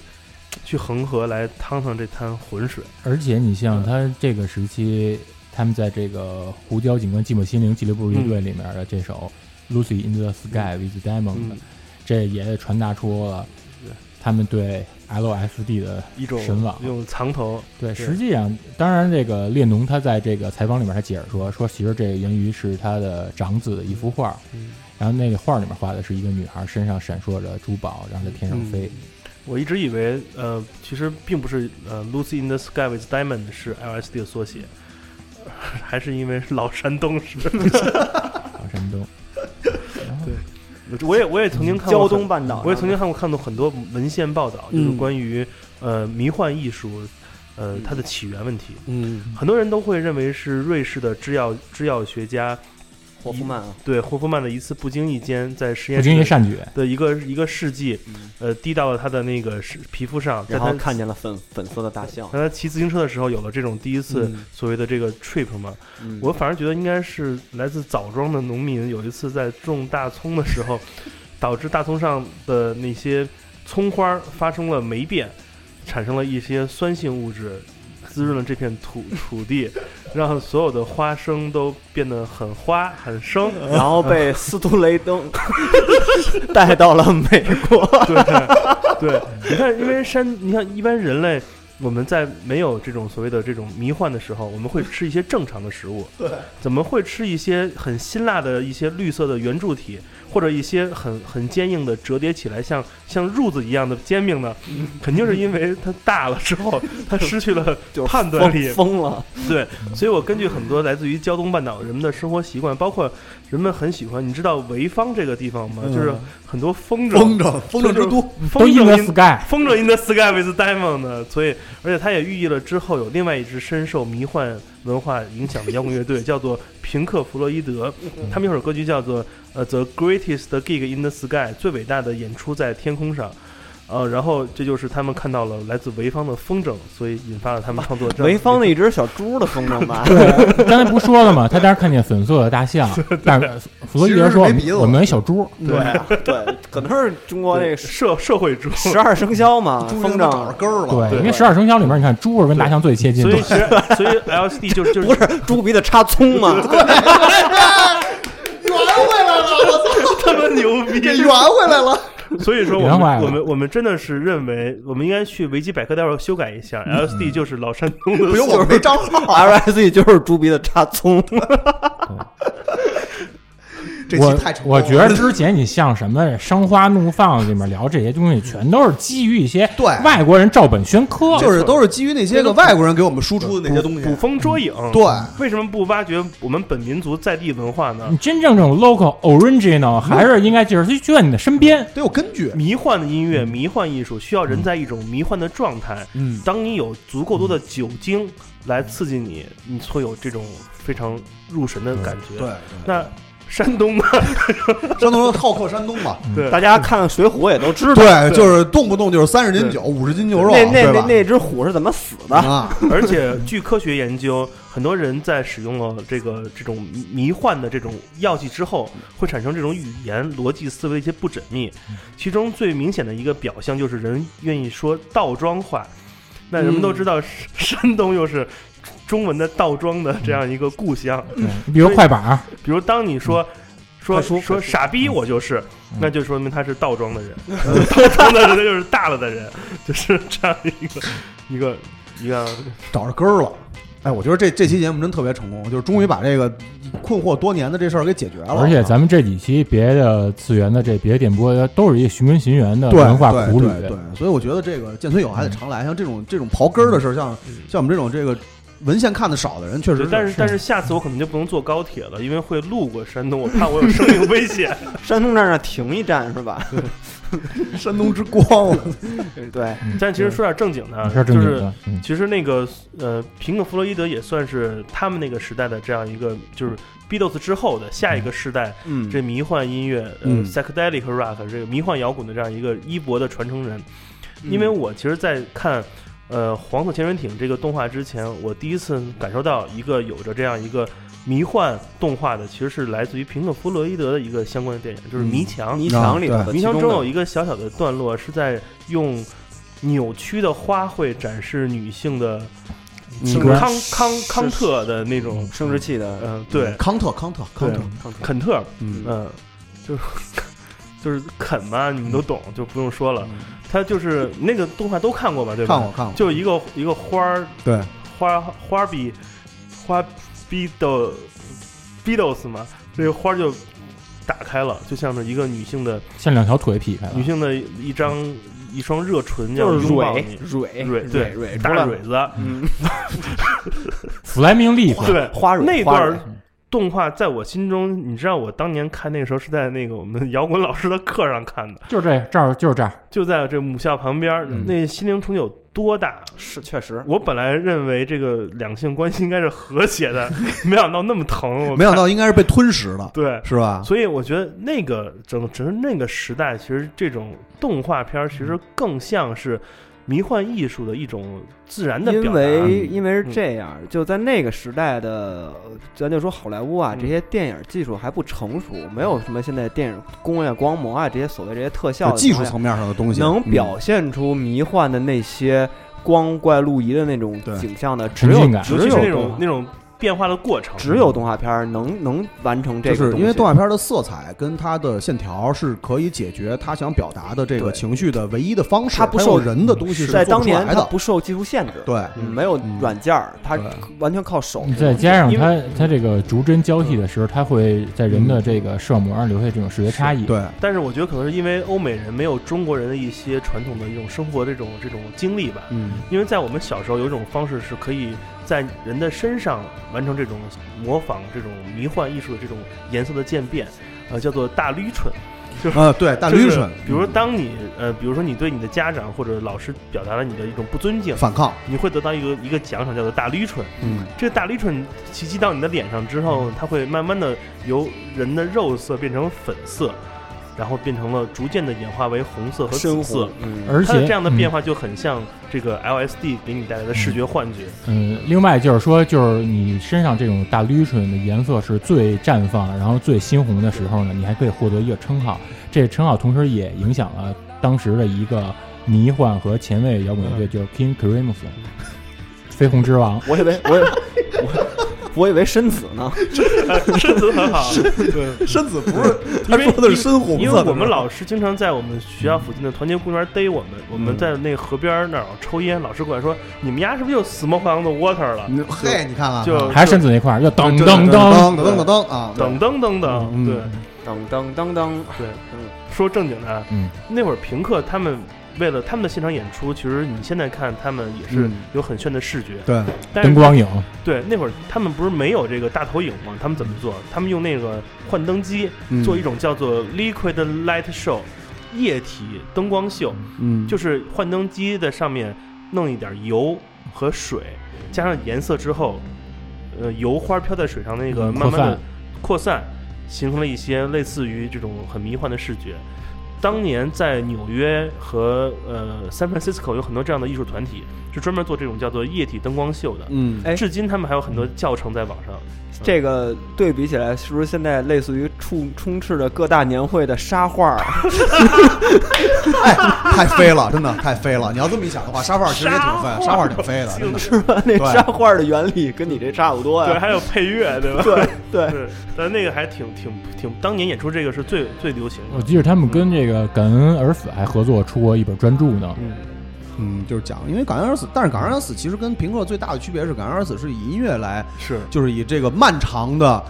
F: 去恒河来趟趟这滩浑水。
D: 而且你像他这个时期，他们在这个《胡椒警官寂寞心灵俱乐部乐队》里面的这首《Lucy in the Sky with Diamonds》，
F: 嗯，
D: 这也传达出了
F: 对
D: 他们对 LSD 的
F: 一种
D: 神往啊
F: 一种藏头，
D: 对，
F: 对
D: 实际上，当然，这个列侬他在这个采访里面他解释说，说其实这个源于是他的长子的一幅画，
F: 嗯
D: 然后那个画里面画的是一个女孩身上闪烁着珠宝，然后在天上飞。
F: 我一直以为，呃，其实并不是，呃，Lucy in the Sky with Diamond 是 LSD 的缩写， 还是因为老山东是。
D: 啊，山东，
F: 我也我也曾经看过
C: 胶
F: 很
C: 东半岛，
F: 我也曾经看过看到很多文献报道，就是
E: 嗯
F: 关于呃迷幻艺术，呃它的起源问题。
E: 嗯，
F: 很多人都会认为是瑞士的制药制药学家
C: 霍夫曼啊，
F: 对霍夫曼的一次不经意间在实
D: 不
F: 验
D: 经意
F: 室
D: 善举，
F: 的一个一个试剂
C: 嗯，
F: 呃滴到了他的那个是皮肤上，在
C: 然后
F: 他
C: 看见了粉粉色的大象，
F: 当他骑自行车的时候有了这种第一次
E: 嗯
F: 所谓的这个 trip 嘛，
C: 嗯
F: 我反而觉得应该是来自枣庄的农民，有一次在种大葱的时候，导致大葱上的那些葱花儿发生了霉变，产生了一些酸性物质，滋润了这片土土地，让所有的花生都变得很花很生。
C: 然后被斯图雷登带到了美国，
F: 对对，你看，因为山，你看一般人类。我们在没有这种所谓的这种迷幻的时候，我们会吃一些正常的食物。对，怎么会吃一些很辛辣的一些绿色的圆柱体？或者一些很很坚硬的折叠起来像像褥子一样的煎饼呢，肯定是因为它大了之后，它失去了
C: 就是
F: 判断力
C: 疯，疯了，
F: 对，所以我根据很多来自于胶东半岛人们的生活习惯，包括人们很喜欢，你知道潍坊这个地方吗？
E: 嗯
F: 就是很多风筝，
E: 风筝，风筝之都，
D: 都
F: 风
D: 印
F: 筝
D: 了
F: in
D: sky，
F: 风筝 in the sky with diamond 的，所以而且它也寓意了之后有另外一支深受迷幻文化影响的摇滚乐队，叫做平克·弗洛伊 德，他们有首歌曲叫做呃 The Greatest Gig in the Sky，最伟大的演出在天空上。呃，然后这就是他们看到了来自潍坊的风筝，所以引发了他们创作这样
C: 潍
F: 的
C: 坊的一只小猪的风筝 吧，
D: 对，刚才不是说了吗？他当时看见粉色的大象，但是 弗洛伊德说
E: 其实是没鼻子
D: 我们有一小猪，
C: 对啊对，可能是中国那
F: 对
C: 个
F: 社社会猪。
C: 十二生肖嘛，
E: 猪
C: 风
E: 已经找着
C: 筝
E: 根儿了。
D: 对，
F: 对
D: 因为十二生肖里面，你看猪是跟大象最接近
F: 所
D: 的
F: 以，其实，所以 LSD 就是就
C: 不
F: 是
C: 是猪鼻子插葱 嘛，
E: 圆回来了，我操，
F: 他妈牛 逼。
E: 给圆回来了。
F: 所以说，我
D: 圆回来
F: 们
D: 了
F: 我们我们真的是认为，我们应该去维基百科待会儿修改一下，LSD 就是老山东的
E: 不行，我没账号，
C: R S E 就是猪鼻子插葱，
E: 这
D: 我
E: 期太成功了
D: 我觉得之前你像什么《生花怒放》里面聊这些东西，全都是基于一些
E: 对
D: 外国人照本宣科，
E: 就是都是基于那些个外国人给我们输出的那些东西。
F: 捕风捉影。
E: 嗯对，
F: 为什么不挖掘我们本民族在地文化呢
E: 嗯
D: 你？真正这种 local original 还是应该就是就在你的身边。
E: 得有根据。
F: 迷幻的音乐，
E: 嗯
F: 迷幻艺术需要人在一种迷幻的状态。
D: 嗯，
F: 当你有足够多
E: 嗯
F: 的酒精来刺激你，你会有这种非常入神的感觉。
E: 嗯对，，
F: 那山东呢？
E: 山东人好客山东嘛，
D: 嗯
F: 对，
C: 大家看看水浒也都知道，
E: 对，就是动不动就是三十斤酒，五十斤牛肉，
C: 那那
E: 对
C: 那
E: 吧？
C: 那只虎是怎么死的？
E: 啊，
F: 而且据科学研究，很多人在使用了这个这种迷迷幻的这种药剂之后，会产生这种语言、逻辑思维的一些不缜密。其中最明显的一个表象就是人愿意说倒装话。那人们都知道，山东又是中文的倒装的这样一个故乡。
D: 对你比如快板儿，
F: 比如当你说。说
C: 快说
F: 说
C: 快说
F: 傻逼，我就是，
D: 嗯
F: 那就说明他是倒装的人，倒装的人他就是大了的人，就是这样一个一个一个
E: 找着根儿了。哎，我觉得这这期节目真特别成功，就是终于把这个困惑多年的这事儿给解决了。
D: 而且咱们这几期别的次元的这别的点播都是一个寻根寻源的
E: 对
D: 文化
E: 对
D: 苦旅，
E: 对对，所以我觉得这个见村友还得常来，像这种这种刨根儿的事儿，像像我们这种这个文献看的少的人，确实
F: 对，
E: 是
F: 但是但是下次我可能就不能坐高铁了，因为会路过山东，我怕我有生命危险。
C: 山东站那儿停一站是吧？
E: 山东之光，
C: 对，
F: 但其实说点正经的啊，
D: 你是正
F: 就
D: 经
F: 是
D: 的，嗯，
F: 其实那个呃，平克·弗洛伊德也算是他们那个时代的这样一个，就是 Beatles 之后的下一个时代，
C: 嗯，
F: 这迷幻音乐，呃、
E: 嗯
F: p s y c h e d e l i c rock 这个迷幻摇滚的这样一个衣钵的传承人。
C: 嗯
F: 因为我其实，在看呃《黄色潜水艇》这个动画之前，我第一次感受到一个有着这样一个迷幻动画的，其实是来自于平克·弗洛伊德的一个相关的电影，就是《迷墙》。
C: 泥墙里头
E: 啊
C: 的
F: 嗯迷
C: 其
F: 墙
C: 中
F: 中
C: 的
F: 有一个小小的段落是在用扭曲的花卉展示女性的
D: 你
C: 是
D: 哥
F: 康康康特的那种，
C: 嗯生殖器的，
F: 嗯，对，
E: 康特康特康特，
F: 肯特，
E: 嗯
F: 嗯，就是就是肯嘛，你们都懂，就不用说了。他就是那个动画都看过吧，对吧？
E: 看过看过，
F: 就一个一个花儿
E: 对，
F: 花花比花 b 的 Beatles 嘛，这个花就打开了，就像是一个女性的
D: 像两条腿劈开了
F: 女，性的一张一双热唇，这
C: 就
F: 样
C: 是
F: 拥抱
C: 蕊
F: 你，
C: 蕊
F: 蕊对
C: 蕊蕊出
F: 大
C: 来
F: 蕊
C: 了，
F: 子，
C: 嗯，
D: 弗莱明利夫，
F: 对，
C: 花蕊
F: 那
C: 花
F: 段
C: 蕊
F: 儿动画在我心中，你知道我当年看那个时候是在那个我们摇滚老师的课上看的，
D: 就是这这儿就是这儿，
F: 就在这母校旁边儿，
D: 嗯
F: 那心灵冲击有多大？
C: 是确实，
F: 我本来认为这个两性关系应该是和谐的，没想到那么疼，我
E: 没想到应该是被吞食的，
F: 对。
E: 是
C: 啊
E: 吧？
F: 所以我觉得那个整整个那个时代，其实这种动画片儿其实更像是迷幻艺术的一种自然的
C: 因
F: 表达。嗯
C: 为因为是这样，就在那个时代的，咱就说好莱坞啊，
F: 嗯
C: 这些电影技术还不成熟，没有什么现在电影工业光魔啊，这些所谓这些特效
E: 就
C: 的
E: 技
C: 东
E: 术
C: 西啊
E: 层面上的东西
C: 能
E: 嗯
C: 表现出迷幻的那些光怪陆离的那种
E: 对
C: 景象的，只
D: 沉
C: 有
D: 浸感
C: 只
F: 尤其
C: 有
F: 是
C: 动
F: 那种
C: 画
F: 那种变化的过程。
C: 只有动画片儿能能完成这
E: 就
C: 个东
E: 是
C: 西，
E: 因为动画片的色彩跟它的线条是可以解决他想表达的这个
C: 对
E: 情绪的唯一的方式，
C: 它不
E: 它
C: 受
E: 有人的东西是
C: 在
E: 做
C: 当
E: 不出
C: 年
E: 来
C: 它
E: 的，
C: 不受技术限制，
E: 对，
C: 嗯，没有
E: 嗯
C: 软件儿，它
E: 对
C: 完全靠手。
D: 再加上
C: 哦因为
D: 它它这个逐帧交替的时候，它会在人的这个视网膜上留下这种视觉差异。
E: 对，
F: 但是我觉得可能是因为欧美人没有中国人的一些传统的一种生活这种这种经历吧。
E: 嗯，
F: 因为在我们小时候有一种方式是可以在人的身上完成这种模仿、这种迷幻艺术的这种颜色的渐变，呃，叫做大捋唇。
E: 呃，对，大
F: 就是
E: 绿顺，
F: 比如说当你呃，比如说你对你的家长或者老师表达了你的一种不尊敬，
E: 反抗，
F: 你会得到一个一个奖赏，叫做大捋唇。
E: 嗯，
F: 这个大绿唇袭击到你的脸上之后，它会慢慢的由人的肉色变成粉色，然后变成了逐渐的演化为红色和
C: 深
F: 紫
C: 呼
F: 色。，
C: 嗯，
D: 而
F: 它
D: 且
F: 的这样的变
D: 嗯
F: 化就很像这个 LSD 给你带来的视觉幻 觉。
D: 嗯，另外就是说，就是你身上这种大绿唇的颜色是最绽放，然后最猩红的时候呢，你还可以获得一个称号。这称号同时也影响了当时的一个迷幻和前卫摇滚乐队，就是 King Crimson，绯红之王。
C: 我以为我以为我我以为深紫呢，
F: 深紫很好，
E: 身子不是，
F: 因为因为
E: 深红
F: 因为我们老师经常在我们学校附近的团结公园逮我们，我
D: 嗯
F: 们在那河边那儿啊抽烟，老师过来说：“你们家是不是又 smoke on the water 了
E: 嗯嘿，你看看，
F: 就
E: 看
D: 还是身子那块儿，要噔
E: 真的
D: 噔噔。
E: 噔噔噔噔噔啊？”，
F: 等等等等，
D: 嗯
F: 对
C: 噔噔噔噔，
F: 对，说正经的啊，
D: 嗯，
F: 那会儿平克他们为了他们的现场演出，其实你现在看他们也是
E: 嗯
F: 有很炫的视觉，
E: 对，
F: 但是
D: 灯光影，
F: 对那会儿他们不是没有这个大投影吗？他们怎么做？他们用那个幻灯机
E: 嗯
F: 做一种叫做 liquid light show 液体灯光秀，
E: 嗯，
F: 就是幻灯机的上面弄一点油和水，加上颜色之后，呃，油花飘在水上那个
D: 嗯
F: 慢慢
D: 扩
F: 的
D: 散
F: 扩散，形成了一些类似于这种很迷幻的视觉。当年在纽约和呃 San Francisco 有很多这样的艺术团体，是专门做这种叫做液体灯光秀的。
E: 嗯，
C: 哎
F: 至今他们还有很多教程在网上。
C: 这个对比起来，是不是现在类似于充充斥着各大年会的沙画儿？
E: 哎，太飞了，真的太飞了。你要这么一想的话，沙画其实也挺飞，
F: 沙
E: 沙
F: 画
E: 画挺飞的，真的。
C: 是吧？那
E: 对
C: 沙画儿的原理跟你这差不多
F: 对，
C: 呀。
F: 还有配乐，对吧？
C: 对对，
F: 对，但那个还挺挺挺，当年演出这个是最最流行
D: 我
F: 的。
D: 记得他们跟这个感恩而死还合作出过一本专著呢。
F: 嗯，
E: 嗯，就是讲，因为感恩而死，但是感恩而死其实跟平克最大的区别是，感恩而死是以音乐来，
F: 是
E: 就是以这个漫长的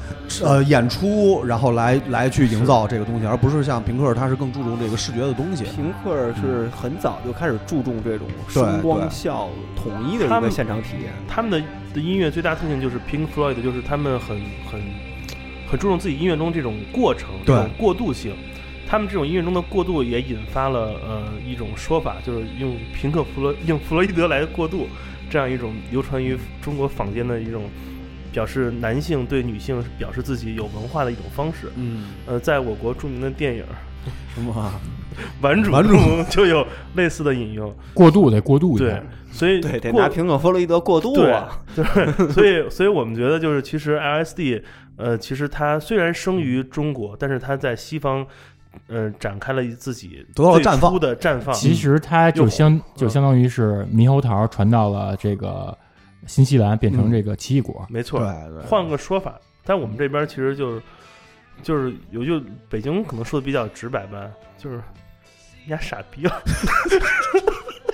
E: 呃演出，然后来来去营造这个东西，而不是像平克他是更注重这个视觉的东西。
C: 平克尔是很早就开始注重这种
E: 嗯
C: 声光效统一的一
F: 他
C: 个
F: 们
C: 现场体验。
F: 他们的的音乐最大特性就是 Pink Floyd，就是他们很很很注重自己音乐中这种过程，这
E: 对
F: 种过渡性。他们这种音乐中的过渡也引发了呃一种说法，就是用平克弗洛用弗洛伊德来过渡，这样一种流传于中国坊间的一种表示男性对女性表示自己有文化的一种方式。
E: 嗯，
F: 呃，在我国著名的电影
E: 什么啊？
F: 《顽主》
E: 顽主
F: 中 就有类似的引用。
D: 过渡得过渡一
F: 对
D: 下，，
F: 所以
C: 对，得
F: 过
C: 拿平克·弗洛伊德过渡啊。
F: 对，所以所以我们觉得就是其实 LSD，呃，其实它虽然生于中国，但是它在西方，呃，展开了自己
E: 得到了
F: 最
E: 绽放
F: 初的绽放。
D: 其实它就相就
F: 啊嗯
D: 相当于是猕猴桃传到了这个新西兰，变成这个奇异果。
F: 没错
E: 对，对，
F: 换个说法，但我们这边其实就是就是有句北京可能说的比较直白吧，就是人家傻逼了。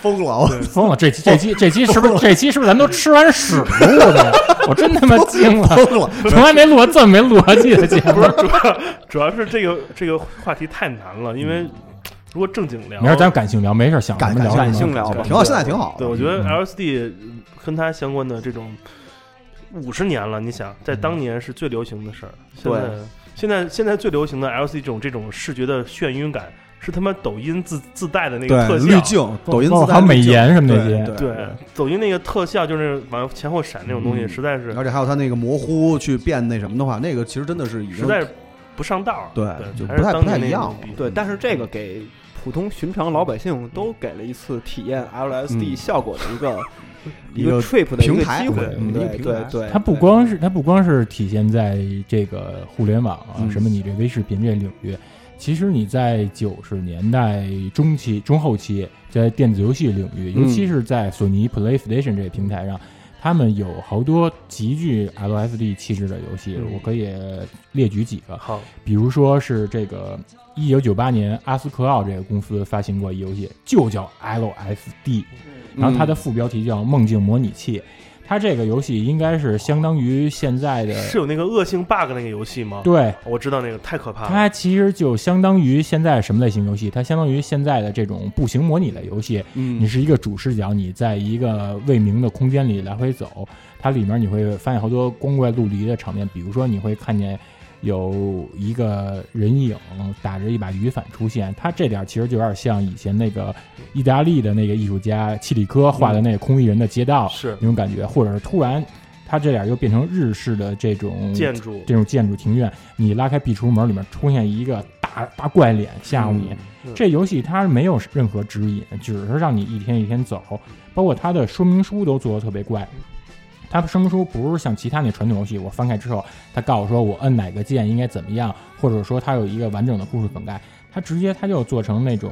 E: 疯了，我
D: 疯了！这期这期这期是不是这期是不是咱都吃完屎录的呀？我真他妈惊了，
E: 疯了。
D: 从来没录过这么没逻辑的节 目
F: 不。是主要主要是这个这个话题太难了，因为
D: 嗯
F: 如果正经聊，
D: 明儿咱们感性聊，没事想什
E: 感
D: 么聊
C: 感
D: 什
C: 性
D: 么。
C: 聊吧，
E: 挺好，现在挺好。
F: 对，我觉得
D: 嗯
F: LSD 跟它相关的这种五十年了，你想在
E: 嗯
F: 当年是最流行的事儿。现在
C: 对
F: 现在现在最流行的 LSD 这种这种视觉的眩晕感，是他妈抖音自自带的那个特
E: 对，滤
F: 效。
E: 镜、抖音
D: 包括
E: 自
D: 还有
E: 带
D: 美
E: 滤镜
D: 颜什么那些
E: 对
F: 对，抖音那个特效就是往前后闪那种东西，
E: 嗯
F: 实在是
E: 而且还有它那个模糊去变那什么的话，那个其实真的是已
F: 实
E: 经
F: 在是不上道儿。
E: 对就
F: 对，还
E: 不
F: 是
E: 太
F: 当
E: 不太
F: 年那
E: 一样
F: 种逼
C: 对，但是这个给普通寻常老百姓都给了一次体验 LSD
E: 嗯
C: 效果的一 个
E: 一
C: 个
E: 个
C: trip 的一
E: 平
C: 个
E: 台
C: 机会
E: 对。一个
C: 对
E: 平
C: 对
E: 台
C: 对，
D: 它不
C: 对
D: 光是它不光是体现在这个互联网啊，
E: 嗯
D: 什么你这微视频这领域，其实你在九十年代中期、中后期，在电子游戏领域，
E: 嗯
D: 尤其是在索尼 PlayStation 这个平台上，他们有好多极具 LSD 气质的游戏，
F: 嗯
D: 我可以列举几个，
F: 好，
D: 比如说是这个一九九八年阿斯克奥这个公司发行过一游戏，就叫 LSD，然
E: 嗯
D: 后它的副标题叫《梦境模拟器》。它这个游戏应该是相当于现在的，
F: 是有那个恶性 bug 那个游戏吗？
D: 对，
F: 我知道那个太可怕了。
D: 它其实就相当于现在什么类型游戏？它相当于现在的这种步行模拟的游戏。
C: 嗯
D: 你是一个主视角，你在一个未明的空间里来回走，它里面你会发现好多光怪陆离的场面，比如说你会看见有一个人影打着一把雨伞出现，它这点其实就有点像以前那个意大利的那个艺术家契里科画的那个空一人的街道、
F: 是
D: 那种感觉，或者是突然它这点又变成日式的这种
F: 建筑，
D: 这种建筑庭院，你拉开壁橱门，里面出现一个大大怪脸吓唬你。
F: 嗯
D: 这游戏它没有任何指引，只是让你一天一天走，包括它的说明书都做的特别怪。它说明书不是像其他那传统游戏，我翻开之后，它告诉我说我摁哪个键应该怎么样，或者说它有一个完整的故事梗概，它直接它就做成那种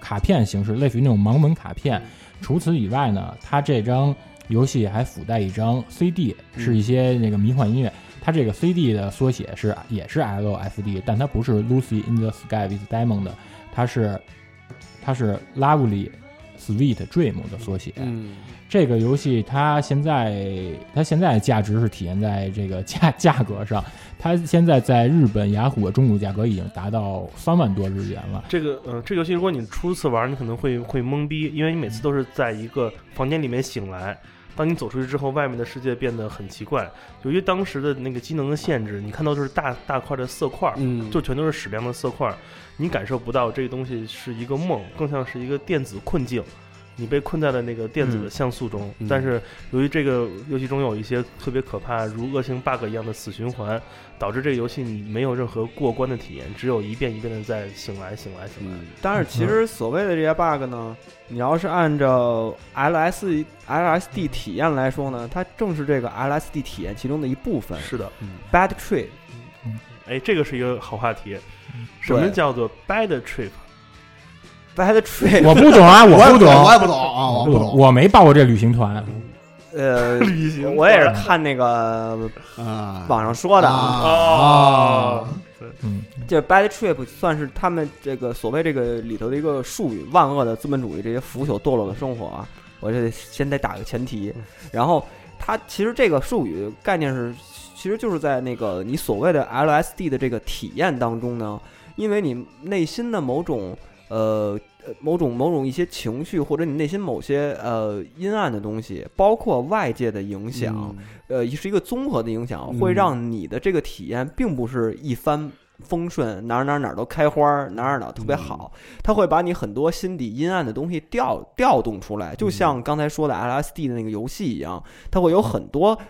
D: 卡片形式，类似于那种盲文卡片。除此以外呢，它这张游戏还附带一张 CD，是一些那个迷幻音乐。它这个 CD 的缩写是也是 LSD，但它不是 Lucy in the Sky with Diamond，它是它是 Lovely Sweet Dream 的缩写。
C: 嗯，
D: 这个游戏它现在它现在价值是体现在这个价 价格上，它现在在日本雅虎的中古价格已经达到三万多日元 了。
F: 这个，呃，这个游戏如果你初次玩，你可能会会懵逼，因为你每次都是在一个房间里面醒来。当你走出去之后，外面的世界变得很奇怪。由于当时的那个机能的限制，你看到就是大大块的色块，
C: 嗯
F: 就全都是矢量的色块，你感受不到这个东西是一个梦，更像是一个电子困境。你被困在了那个电子的像素
D: 嗯
F: 中，但是由于这个游戏中有一些特别可怕，如恶性 bug 一样的死循环，导致这个游戏你没有任何过关的体验，只有一遍一遍的在醒来、醒来、醒来。
C: 但是其实所谓的这些 bug 呢，你要是按照 LS LSD 体验来说呢，它正是这个 LSD 体验其中的一部分。
F: 是的，
C: Bad trip，
F: 哎，这个是一个好话题。
D: 嗯
F: 什么
C: 对
F: 叫做 bad trip？
C: bad trip，
D: 我不懂啊，
E: 我也
D: 不懂，
E: 我也不懂啊，我不
D: 我
E: 懂
D: 我没报过这旅行团，
C: 呃，
F: 旅行
C: 我也是看那个
E: 啊。
C: 网上说的啊，
F: 哦，
D: 嗯，
C: 这 bad trip 算是他们这个所谓这个里头的一个术语，万恶的资本主义这些腐朽堕落的生活啊，我这得先得打个前提，然后它其实这个术语概念是，其实就是在那个你所谓的 LSD 的这个体验当中呢，因为你内心的某种呃。呃某种某种一些情绪，或者你内心某些呃阴暗的东西，包括外界的影响，
E: 嗯
F: 嗯
C: 呃，是一个综合的影响，会让你的这个体验并不是一帆风顺，哪儿哪儿哪儿都开花儿，哪儿哪儿哪儿特别好，它会把你很多心底阴暗的东西调调动出来，就像刚才说的 LSD 的那个游戏一样，它会有很多。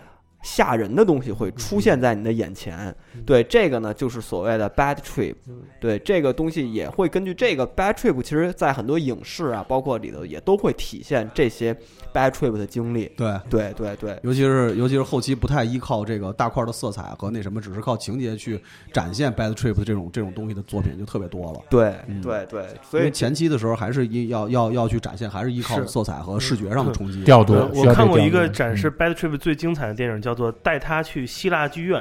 C: 吓人的东西会出现在你的眼前，对这个呢，就是所谓的 bad trip，对这个东西也会根据这个 bad trip，其实在很多影视啊，包括里头也都会体现这些 bad trip 的经历，
E: 对，
C: 对对对，
E: 尤其是尤其是后期不太依靠这个大块的色彩和那什么，只是靠情节去展现 Bad Trip 这种这种东西的作品就特别多了。
C: 对
E: 嗯
C: 对对，
E: 因
C: 所
E: 为
C: 以
E: 前期的时候还是依要要要去展现，还是依靠
F: 是
E: 色彩和
C: 嗯
E: 视觉上的冲击。
D: 调度
F: 呃。
D: 需
F: 我
D: 要
F: 看
D: 对
F: 过
D: 调嗯
F: 一个
D: 度
F: 展示 bad trip 最精彩的电影，叫做《带他去希腊剧院》。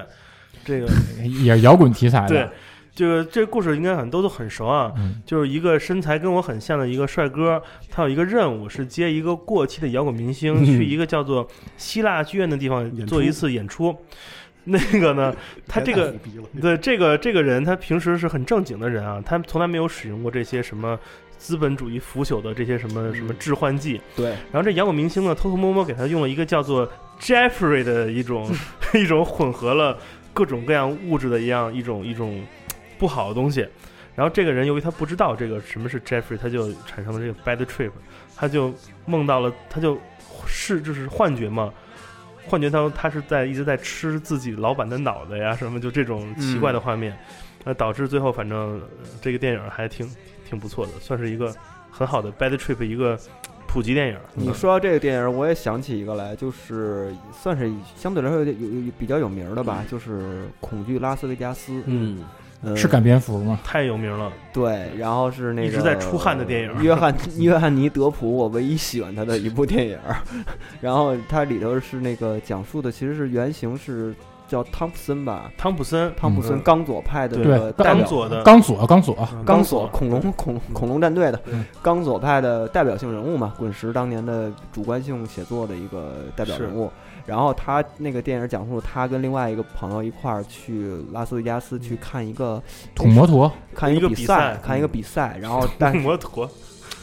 F: 这个
D: 嗯也是摇滚题材的，
F: 对，就是这个故事应该很都都很熟啊。
D: 嗯
F: 就是一个身材跟我很像的一个帅哥，他有一个任务是接一个过气的摇滚明星去一个叫做希腊剧院的地方
E: 演
F: 做一次演出。 那个呢，他这个对这个这个人，他平时是很正经的人啊，他从来没有使用过这些什么资本主义腐朽的这些什么什么致幻剂。
C: 对
F: 然后这摇滚明星呢，偷偷摸摸给他用了一个叫做 Jeffrey 的一种一种混合了各种各样物质的一样一种一种不好的东西。然后这个人由于他不知道这个什么是 Jeffrey，他就产生了这个 bad trip，他就梦到了，他就是就是幻觉嘛，幻觉他他是在一直在吃自己老板的脑袋呀什么，就这种奇怪的画面，那、导致最后反正呃这个电影还挺挺不错的，算是一个很好的 bad trip 一个普及电影。
E: 嗯
C: 你说到这个电影，我也想起一个来，就是算是相对来说有点有有有比较有名儿的吧，就是《恐惧拉斯维加斯》。
E: 嗯，
C: 呃
D: 是干蝙蝠吗？
F: 太有名了，
C: 对，然后是那个
F: 一直在出汗的电影
C: 约翰 约翰尼德普，我唯一喜欢他的一部电影儿。 然后它里头是那个讲述的，其实是原型是叫汤普森吧，
F: 汤普森，
C: 汤普森
F: 嗯
C: 刚左派的
F: 对
C: 这个代
F: 刚
C: 表，
F: 左的
D: 钢索，钢索，
F: 嗯
C: 刚
F: 钢
C: 左恐龙恐龙恐龙战队的
D: 嗯
C: 刚左派的代表性人物嘛，滚石当年的主观性写作的一个代表人物。然后他那个电影讲述他跟另外一个朋友一块儿去拉斯维加斯去看一个
D: 土摩托，
C: 看一
F: 一
C: 个
F: 个
C: 比
F: 比
C: 赛
F: 赛，
C: 看一个比赛，然后但
F: 摩托，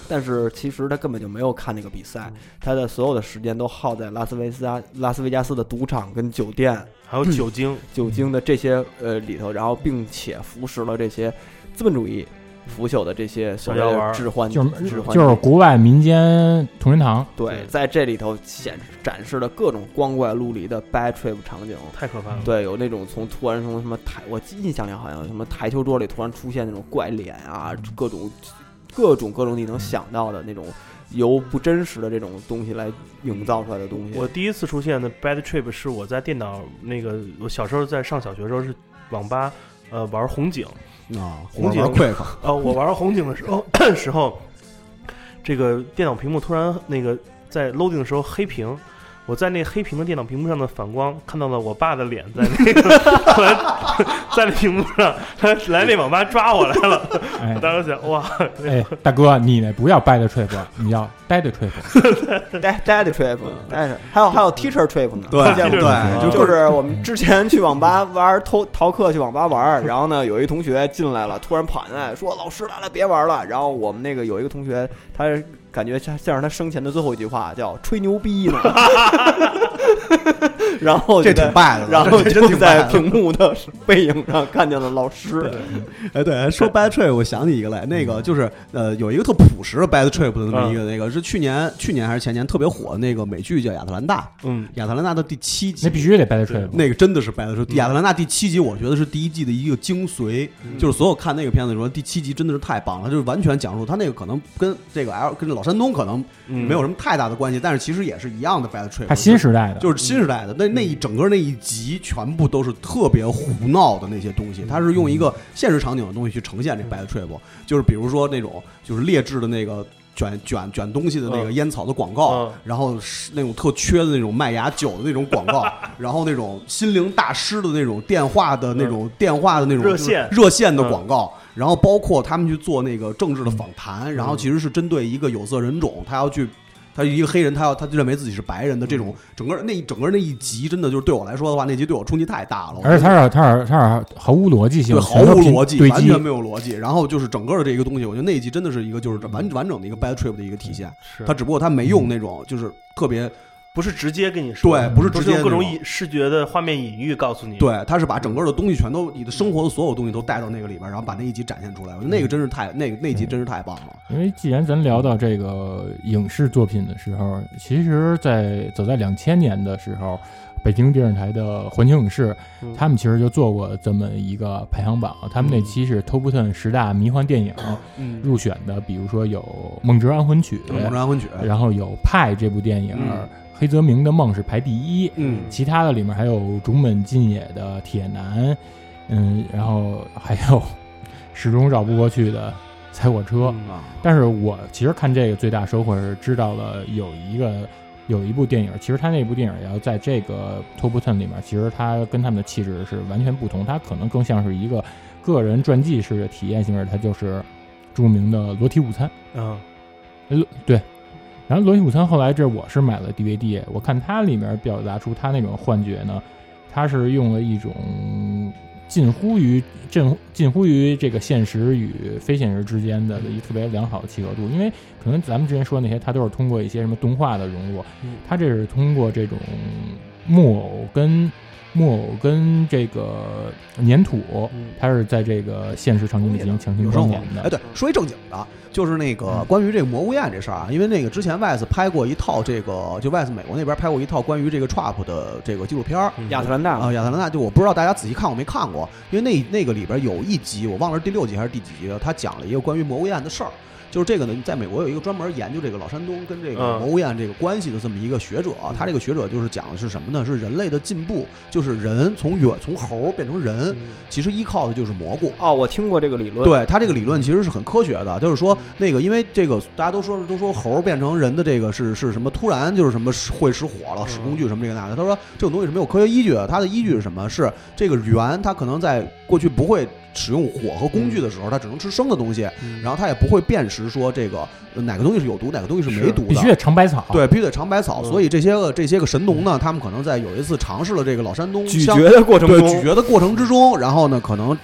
C: 但是其实他根本就没有看那个比赛，他的所有的时间都耗在拉斯维加拉斯维加斯的赌场跟酒店、
F: 还有酒精，
C: 酒精的这些呃里头，然后并且服食了这些资本主义腐朽的这些所谓
F: 小药丸
C: 的
F: 儿
C: 致幻
D: 就是
C: 致幻
D: 就是国外民间同仁堂，
C: 对，在这里头显展示了各种光怪陆离的 bad trip 场景。
F: 太可怕了。
C: 对，有那种从突然从什么台，我印象里好像有什么台球桌里突然出现那种怪脸
F: 嗯
C: 啊，各种各种各种你能想到的那种由不真实的这种东西来营造出来的东西。
F: 我第一次出现的 bad trip 是我在电脑那个，我小时候在上小学的时候是网吧，呃，玩红警，
E: 啊，
F: 红警
E: 玩 Quick，
F: 呃，我玩红警的时候 时候，这个电脑屏幕突然那个在 loading 的时候黑屏，我在那黑屏的电脑屏幕上的反光看到了我爸的脸在那个 在那屏幕上，他来那网吧抓我来了。
D: 哎
F: 我当时想，哇，
D: 哎，大哥，你那不要 bad trip，你要 dead trip。
C: 带带的 trip，带着，还有还有 teacher trip 呢。
E: 嗯对
C: 见过
E: 对，
C: 就
E: 就
C: 就是是我们之前去网吧玩偷逃课去网吧玩，然后呢有一同学进来了，突然跑进来说老师来了别玩了。然后我们那个有一个同学，他感觉像像是他生前的最后一句话叫吹牛逼 呢， 然后就
E: 这
C: 在
E: 挺败的，
C: 然后
E: 这
C: 就
E: 挺败
C: 在
E: 的
C: 屏幕的背影上看见了老师，
E: 哎，对，说 bad trip，我想起一个来，那
C: 嗯
E: 个就是呃，有一个特朴实的 bad trip 的那么一个，那个是去年去年还是前年特别火的那个美剧叫《亚特兰大》，
F: 嗯，
E: 亚特兰大的第七
D: 那
E: 集。
D: 必须得 bad trip。
E: 那个真的是 bad trip，亚特兰大第七集，我觉得是第一季的一个精髓，就是所有看那个片子的时候，第七集真的是太棒了，就是完全讲述他那个可能跟这个 L 跟老山东可能没有什么太大的关系，但是其实也是一样的 bad trip。
D: 他新时代的，
E: 就是新
F: 嗯
E: 时代的那那一整个那一集全部都是特别胡闹的那些东西，它是用一
F: 嗯
E: 个现实场景的东西去呈现这 bad trip，就是比如说那种就是劣质的那个。卷卷卷东西的那个
F: 嗯
E: 烟草的广告，
F: 嗯
E: 然后是那种特缺的那种麦芽酒的那种广 告，然后那种心灵大师的那种电话的那种电话的那种
F: 嗯热
E: 就是
F: 线
E: 热线的
F: 嗯
E: 广告，然后包括他们去做那个政治的访
F: 嗯
E: 谈，然后其实是针对一个有色人种，他要去。他一个黑人，他要他就认为自己是白人的这
F: 嗯
E: 种整个那一整个那一集，真的就是对我来说的话，那集对我冲击太大了。
D: 而且它是它是它是毫无逻辑性，
E: 对毫无
D: 全都拼
E: 逻辑，
D: 堆
E: 完
D: 积
E: 全没有逻辑。然后就是整个的这个东西，我觉得那一集真的是一个就是完完整的一个 bad trip 的一个体现。
F: 嗯是
E: 他只不过他没用那种就是特别
F: 不是直接跟你说，
E: 对，不是
F: 都
E: 直
F: 是
E: 接
F: 用各种嗯
E: 那
F: 隐视觉的画面隐喻告诉你。，
E: 对，他是把整个的东西全都你的生活的所有东西都带到那个里边，然后把那一集展现出来。我觉得
F: 嗯
E: 那个真是太那个那集真是太棒了。
D: 因为既然咱聊到这个影视作品的时候，其实在，早在两千年的时候，北京电视台的环球影视，
F: 嗯
D: 他们其实就做过这么一个排行榜，他们那期是 Top Ten 十大迷幻电影
F: 嗯，
D: 入选的，比如说有《梦之安魂曲》，
E: 梦中安魂曲，
D: 然后有《派》这部电影，
E: 嗯
D: 黑泽明的《梦》是排第一，
E: 嗯
D: 其他的里面还有中本进也的《铁男》，嗯，然后还有 始终绕不过去的《踩火车》
F: 嗯
E: 啊，
D: 但是我其实看这个最大收获是知道了有一个有一部电影，其实它那部电影也要在这个 Top Ten 里面，其实它跟他们的气质是完全不同，它可能更像是一个个人传记式的体验形式，它就是著名的裸体午餐。
F: 嗯，
D: 哎，裸对。然后《裸体午餐》后来这我是买了 DVD，我看它里面表达出它那种幻觉呢，它是用了一种近乎于近近乎于这个现实与非现实之间的一个特别良好的契合度，因为可能咱们之前说的那些，它都是通过一些什么动画的融入，它这是通过这种木偶跟木偶跟这个粘土，
C: 嗯
D: 它是在这个现实场景里进行强行
E: 有
D: 装
E: 生活
D: 演。的
E: 哎，。对，说一正经的，就是那个
D: 嗯
E: 关于这个蘑菇宴这事儿啊，因为那个之前 Vice 拍过一套这个，就 Vice 美国那边拍过一套关于这个 Trap 的这个纪录片儿。
C: 亚特兰大
E: 啊，亚特兰大就我不知道大家仔细看过没看过，因为那那个里边有一集我忘了是第六集还是第几集了，他讲了一个关于蘑菇宴的事儿，就是这个呢，在美国有一个专门研究这个老山东跟这个
F: 嗯
E: 蘑菇宴这个关系的这么一个学者啊，他这个学者就是讲的是什么呢？是人类的进步，就是人从远从猴变成人，其实依靠的就是蘑菇。啊
C: 哦，我听过这个理论。，
E: 对他这个理论其实是很科学的，就是说那个，因为这个大家都说都说猴变成人的这个是是什么突然就是什么使会使火了，使工具什么这个那的。他说这种东西是没有科学依据的，它的依据是什么？是这个猿它可能在过去不会使用火和工具的时候，它只能吃生的东
C: 嗯
E: 西，然后它也不会辨识说这个呃哪个东西是有毒，哪个东西是没
F: 是
E: 毒的，
D: 必须得尝百草。
E: 对，必须得尝百草。
C: 嗯
E: 所以这些个这些个神农呢，他们可能在有一次尝试了这个老山东
C: 咀
E: 香
C: 嚼的过程
E: 对
C: 中，
E: 咀嚼的过程之中，然后呢，可能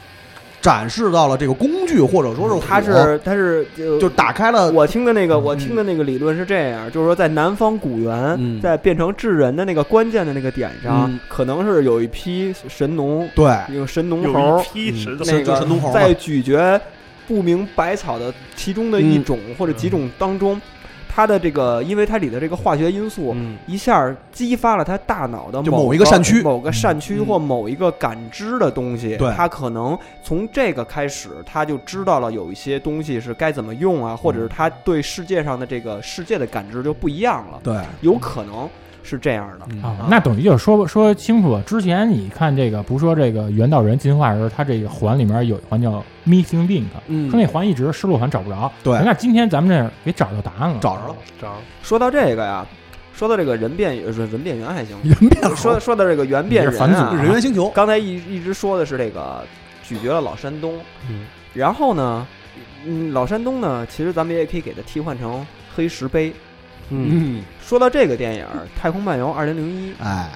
E: 展示到了这个工具，或者说是火
C: 它是它是就
E: 就打开了，
C: 我听的那个，我听的那个理论是这样，就是说在南方古
E: 嗯
C: 猿在变成智人的那个关键的那个点上
E: 嗯，
C: 可能是有一批神农，
E: 对，
C: 有神农
F: 有
C: 猴
F: 一，批石头
E: 是
C: 那
E: 就
C: 个
E: 神农猴嘛
C: 在咀嚼不明百草的其中的一
E: 嗯
C: 种或者几种当中，它的这个，因为它里的这个化学因素。
E: 嗯，
C: 一下激发了他大脑的
E: 就某一个善区
C: 某个善区
E: 嗯
C: 或某一个感知的东西。
E: 对
C: 他可能从这个开始，他就知道了有一些东西是该怎么用啊，
E: 嗯
C: 或者是他对世界上的这个世界的感知就不一样了，
E: 对，
C: 有可能是这样的。
E: 嗯
D: 啊，那等于就是说说清楚了。之前你看这个，不是说这个原道人进化的时候，它这个环里面有一环叫 missing link，说
E: 嗯，
D: 那环一直失落环找不着。
E: 对
D: 那今天咱们这儿给找到答案了。
E: 找着了，
F: 长
C: 说到这个呀，说到这个人变呃人变猿还行，
E: 人变了，
C: 说说到这个猿变
D: 你
C: 人
D: 是返
C: 啊
D: 祖，
E: 人猿星球，
C: 刚才一一直说的是这个咀嚼了老山东，
F: 嗯，
C: 然后呢，嗯，老山东呢，其实咱们也可以给它替换成黑石碑。
F: 嗯，
C: 说到这个电影《太空漫游2001》，
E: 哎，